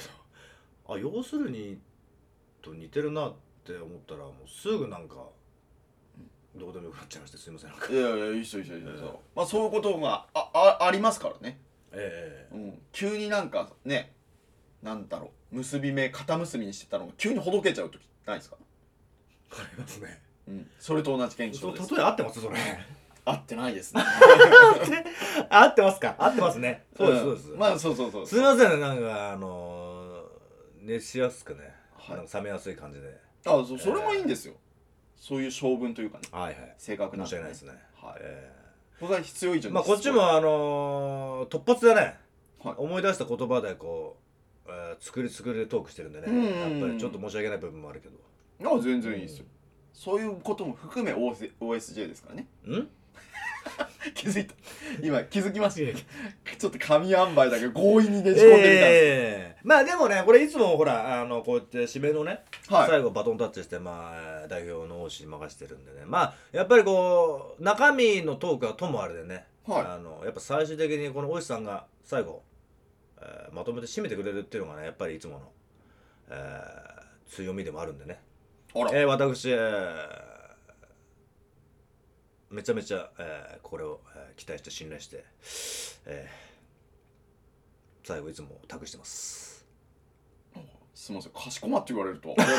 [SPEAKER 2] どあ要するにと似てるなって思ったらもうすぐなんかどうでもよくなっちゃいましてすいませんなんか
[SPEAKER 3] いやいやいい人いい人いい人、まあそういうことがああありますからね、
[SPEAKER 2] ええ
[SPEAKER 3] うん、急になんかねなんだろう結び目肩結びにしてたのが急にほどけちゃう時ないですか、
[SPEAKER 2] わかりますね
[SPEAKER 3] うん、それと同じ現
[SPEAKER 2] そ
[SPEAKER 3] 象
[SPEAKER 2] の
[SPEAKER 3] です
[SPEAKER 2] 例え合ってますそれ
[SPEAKER 3] 合ってないですね
[SPEAKER 2] 合ってますか合ってますね そうですそうです、
[SPEAKER 3] んまあそうそうそう
[SPEAKER 2] すいませんなんかあのー熱しやすくね、
[SPEAKER 3] はい
[SPEAKER 2] なんか冷めやすい感じで
[SPEAKER 3] あそそれもいいんですよ、そういう性分というかね
[SPEAKER 2] はいはい
[SPEAKER 3] 性格なん
[SPEAKER 2] 申し
[SPEAKER 3] で、
[SPEAKER 2] 訳ないですね、
[SPEAKER 3] はい
[SPEAKER 2] ええ
[SPEAKER 3] 僕は必要以上に
[SPEAKER 2] まあこっちもあのー突発でね、
[SPEAKER 3] はい
[SPEAKER 2] 思い出した言葉でこう、えー作り作りでトークしてるんでね、
[SPEAKER 3] うんうんうん
[SPEAKER 2] やっぱりちょっと申し訳ない部分もあるけど
[SPEAKER 3] あ全然いいですよ、そういうことも含め OS OSJ ですからね
[SPEAKER 2] うん
[SPEAKER 3] 気づいた今気づきまし
[SPEAKER 2] え
[SPEAKER 3] たちょっと紙塩梅だけ強引にねじ込んでみたんです、
[SPEAKER 2] えまあでもねこれいつもほらあのこうやって締めのね、
[SPEAKER 3] はい
[SPEAKER 2] 最後バトンタッチして、まあ、えー代表の王子に任せてるんでねまあやっぱりこう中身のトークはともあれでね、
[SPEAKER 3] はい
[SPEAKER 2] あのやっぱ最終的にこの王子さんが最後、えーまとめて締めてくれるっていうのがねやっぱりいつもの、えー強みでもあるんでね
[SPEAKER 3] あら
[SPEAKER 2] えー私、えーめちゃめちゃ、えーこれを、えー期待して信頼して、えー最後いつも託してます。
[SPEAKER 3] すみませんかしこまって言われ るとあり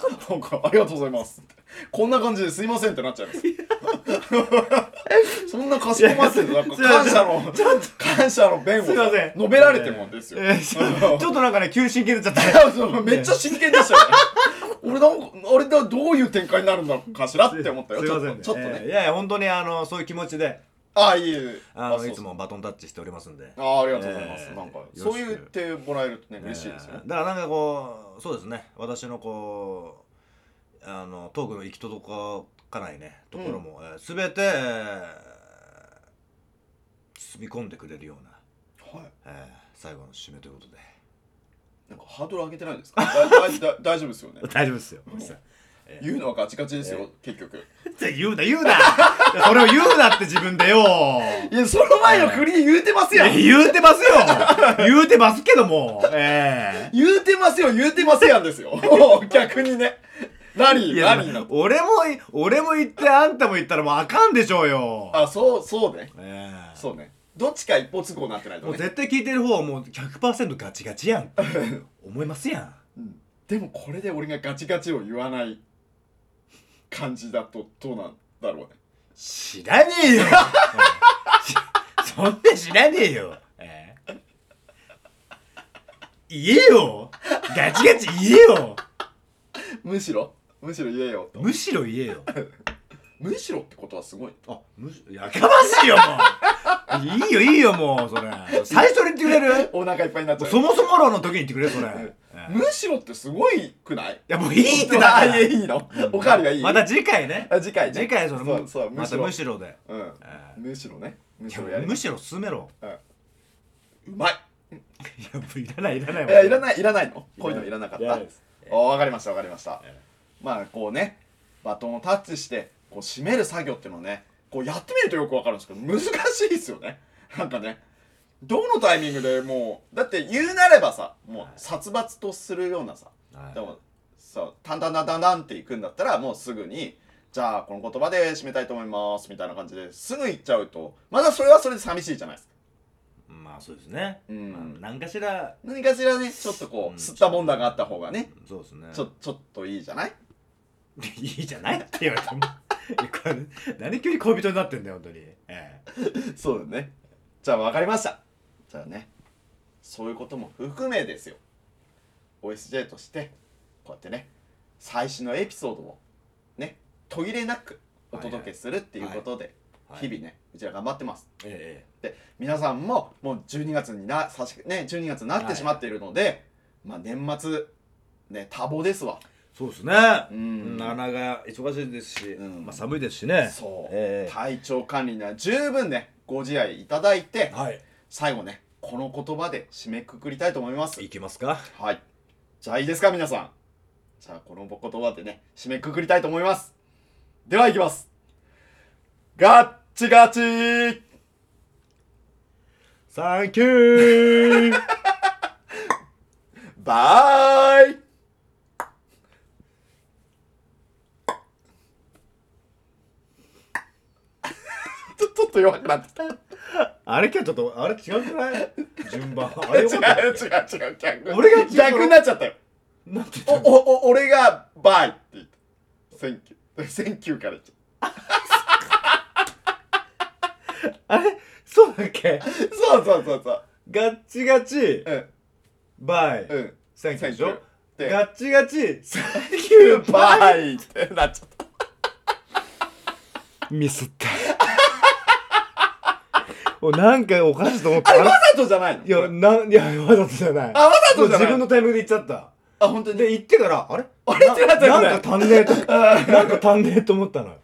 [SPEAKER 3] がとうございますなんかありがとうございますってこんな感じですいませんってなっちゃいますそんなかしこまっててなんか感謝の感謝の弁を
[SPEAKER 2] すいません
[SPEAKER 3] 述べられてもんですよ、
[SPEAKER 2] ちょっとなんかね、急進切れちゃった。
[SPEAKER 3] いやそのめっちゃ真剣でしたよ、ね、俺なんかあれだどういう展開になるんだろうかしら って思ったよ
[SPEAKER 2] すい
[SPEAKER 3] ちょ
[SPEAKER 2] ま
[SPEAKER 3] っ
[SPEAKER 2] せ
[SPEAKER 3] と
[SPEAKER 2] ん、
[SPEAKER 3] ちょっとね、
[SPEAKER 2] えーいやいや、本当にあのそういう気持ちで、
[SPEAKER 3] ああいえいえ
[SPEAKER 2] あ
[SPEAKER 3] あ
[SPEAKER 2] の
[SPEAKER 3] そう
[SPEAKER 2] いつもバトンタッチしておりますんで。
[SPEAKER 3] ああありがとうございます、
[SPEAKER 2] えー
[SPEAKER 3] なんか
[SPEAKER 2] よろしく
[SPEAKER 3] そう言ってもらえるとね嬉しいですよね
[SPEAKER 2] え、ーだからなんかこうそうですね私のこうあのトークの行き届かないねところも、えー全て、えー包み込んでくれるような、
[SPEAKER 3] はい
[SPEAKER 2] えー最後の締めということで
[SPEAKER 3] なんかハードル上げてないですかだだだ大丈夫ですよね
[SPEAKER 2] 大丈夫ですよ
[SPEAKER 3] 言うのはガチガチですよ、結局
[SPEAKER 2] 言うな言うな それを言うなって自分でよ
[SPEAKER 3] いやその前の振り言うてますやん、
[SPEAKER 2] 言うてますよ言うてますけどもえ
[SPEAKER 3] 言うてますよ言うてますやんで すよ逆にねラリーラリーの
[SPEAKER 2] 俺も俺も言ってあんたも言ったらもうあかんでしょうよ
[SPEAKER 3] あそうそうね
[SPEAKER 2] ええ
[SPEAKER 3] そうねどっちか一方通行になってないと
[SPEAKER 2] もう
[SPEAKER 3] ね
[SPEAKER 2] 絶対聞いてる方はもう100%ガチガチや んって思いますやん
[SPEAKER 3] うんでもこれで俺がガチガチを言わない感じだとどうなんだろうね
[SPEAKER 2] 知らねえよ しそんな知らねえよ、ええ言えよガチガチ言えよ
[SPEAKER 3] むしろむしろ言えよと
[SPEAKER 2] むしろ言えよ
[SPEAKER 3] むしろってことはすごい
[SPEAKER 2] あむしやかましいよもういいよいいよもうそれ最初に言ってくれ る
[SPEAKER 3] お腹いっぱいになっちゃう
[SPEAKER 2] そもそも論の時に言ってくれ それ、ええい
[SPEAKER 3] むしろってすごいくない
[SPEAKER 2] やもういいってだか
[SPEAKER 3] あ
[SPEAKER 2] ら
[SPEAKER 3] いやいいのおかわりがいい
[SPEAKER 2] また次回ね
[SPEAKER 3] あ次回ね
[SPEAKER 2] 次回それ
[SPEAKER 3] そうそうむ
[SPEAKER 2] ま
[SPEAKER 3] したろ
[SPEAKER 2] むしろで、
[SPEAKER 3] うん
[SPEAKER 2] え
[SPEAKER 3] むしろねむ
[SPEAKER 2] え
[SPEAKER 3] しろやり
[SPEAKER 2] むしろ進めろ
[SPEAKER 3] うまい
[SPEAKER 2] いや、もういらない、いらない。
[SPEAKER 3] いやいら
[SPEAKER 2] い。
[SPEAKER 3] ないいらないのこういうのいらなかっ
[SPEAKER 2] いら
[SPEAKER 3] た
[SPEAKER 2] ないです
[SPEAKER 3] おわかりましたわかりました
[SPEAKER 2] え
[SPEAKER 3] まあこうねバトンをタッチしてこう締める作業っていうのをねこうやってみるとよくわかるんですけど難しいですよねなんかねどのタイミングでもうだって言うなればさもう殺伐とするようなさ
[SPEAKER 2] はい
[SPEAKER 3] でもさタンタンタンタンタンっていくんだったらもうすぐにじゃあこの言葉で締めたいと思いますみたいな感じですぐ行っちゃうとまだそれはそれで寂しいじゃないですか
[SPEAKER 2] まあ、そうですね。
[SPEAKER 3] うん
[SPEAKER 2] まあ何かしら。
[SPEAKER 3] 何かしらねちょっとこ
[SPEAKER 2] うん
[SPEAKER 3] う吸ったもんだがあった方がね
[SPEAKER 2] そうですね。
[SPEAKER 3] ちょちょっといいじゃない
[SPEAKER 2] いいじゃないって言われても。 いやこれなんで急に恋人になってんだよ、本当に。ええ
[SPEAKER 3] そうだねじゃあ分かりましたじゃあねそういうことも含めですよ OSJ としてこうやってね最新のエピソードをね途切れなくお届けするっていうことで
[SPEAKER 2] はい
[SPEAKER 3] 日々ねうちら頑張ってます
[SPEAKER 2] え
[SPEAKER 3] で皆さんももう12月になさしね12月になってしまっているので、まあ年末ね多忙ですわ
[SPEAKER 2] えそうですね。
[SPEAKER 3] うん
[SPEAKER 2] なかなか忙しいですし、
[SPEAKER 3] うん
[SPEAKER 2] まあ寒いですしね。
[SPEAKER 3] そう、
[SPEAKER 2] ええ
[SPEAKER 3] 体調管理には十分ねご自愛いただいて
[SPEAKER 2] はい。
[SPEAKER 3] 最後ねこの言葉で締めくくりたいと思います
[SPEAKER 2] いきますか。
[SPEAKER 3] はいじゃあいいですか皆さんじゃあこの言葉でね締めくくりたいと思いますではいきますガッチガチ
[SPEAKER 2] サンキュー
[SPEAKER 3] バイ ちょちょっと弱くなってきた
[SPEAKER 2] あれ今日ちょっと、あれ違うくない順番。あ
[SPEAKER 3] 違
[SPEAKER 2] れ
[SPEAKER 3] う違
[SPEAKER 2] よかった
[SPEAKER 3] う違う逆
[SPEAKER 2] 俺が違う
[SPEAKER 3] 逆になっちゃったよ
[SPEAKER 2] なんて言った
[SPEAKER 3] お
[SPEAKER 2] の
[SPEAKER 3] おお俺がバイって言ったセンキューセンキューから言っちゃっ
[SPEAKER 2] あれそうだっけ
[SPEAKER 3] たそうそうそうそう
[SPEAKER 2] ガッチガチ、
[SPEAKER 3] うん
[SPEAKER 2] バイ、
[SPEAKER 3] うん
[SPEAKER 2] サンキューでしょ
[SPEAKER 3] で
[SPEAKER 2] ガッチガチ、サンキュー、バイ
[SPEAKER 3] バイってなっちゃった
[SPEAKER 2] ミスった。おなんかおかしいと思った。
[SPEAKER 3] あれわざとじゃないの
[SPEAKER 2] いや、なん、いや、わざとじゃない。
[SPEAKER 3] あわざとじゃない
[SPEAKER 2] 自分のタイミングで言っちゃった。
[SPEAKER 3] あ本当に
[SPEAKER 2] で、言ってから、あれ
[SPEAKER 3] あれってなっちゃ
[SPEAKER 2] な
[SPEAKER 3] っ
[SPEAKER 2] んか
[SPEAKER 3] た
[SPEAKER 2] 足んねえと、 なんか足んねえと思ったのよ。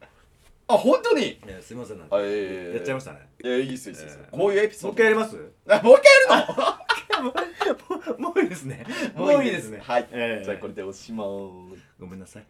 [SPEAKER 3] あ本当に
[SPEAKER 2] いや、すいません、なん
[SPEAKER 3] あ
[SPEAKER 2] か。
[SPEAKER 3] いやいや
[SPEAKER 2] やっちゃいま
[SPEAKER 3] し
[SPEAKER 2] したね。
[SPEAKER 3] たいやいいっすよいいっすよ
[SPEAKER 2] えー
[SPEAKER 3] こういうエピソ
[SPEAKER 2] もう一
[SPEAKER 3] ード
[SPEAKER 2] 回やります
[SPEAKER 3] あもう一回やるの
[SPEAKER 2] も うもうもういいですね。
[SPEAKER 3] もういいですね。はい。
[SPEAKER 2] ええ
[SPEAKER 3] じゃあこれでおしまい。
[SPEAKER 2] ごめんなさい。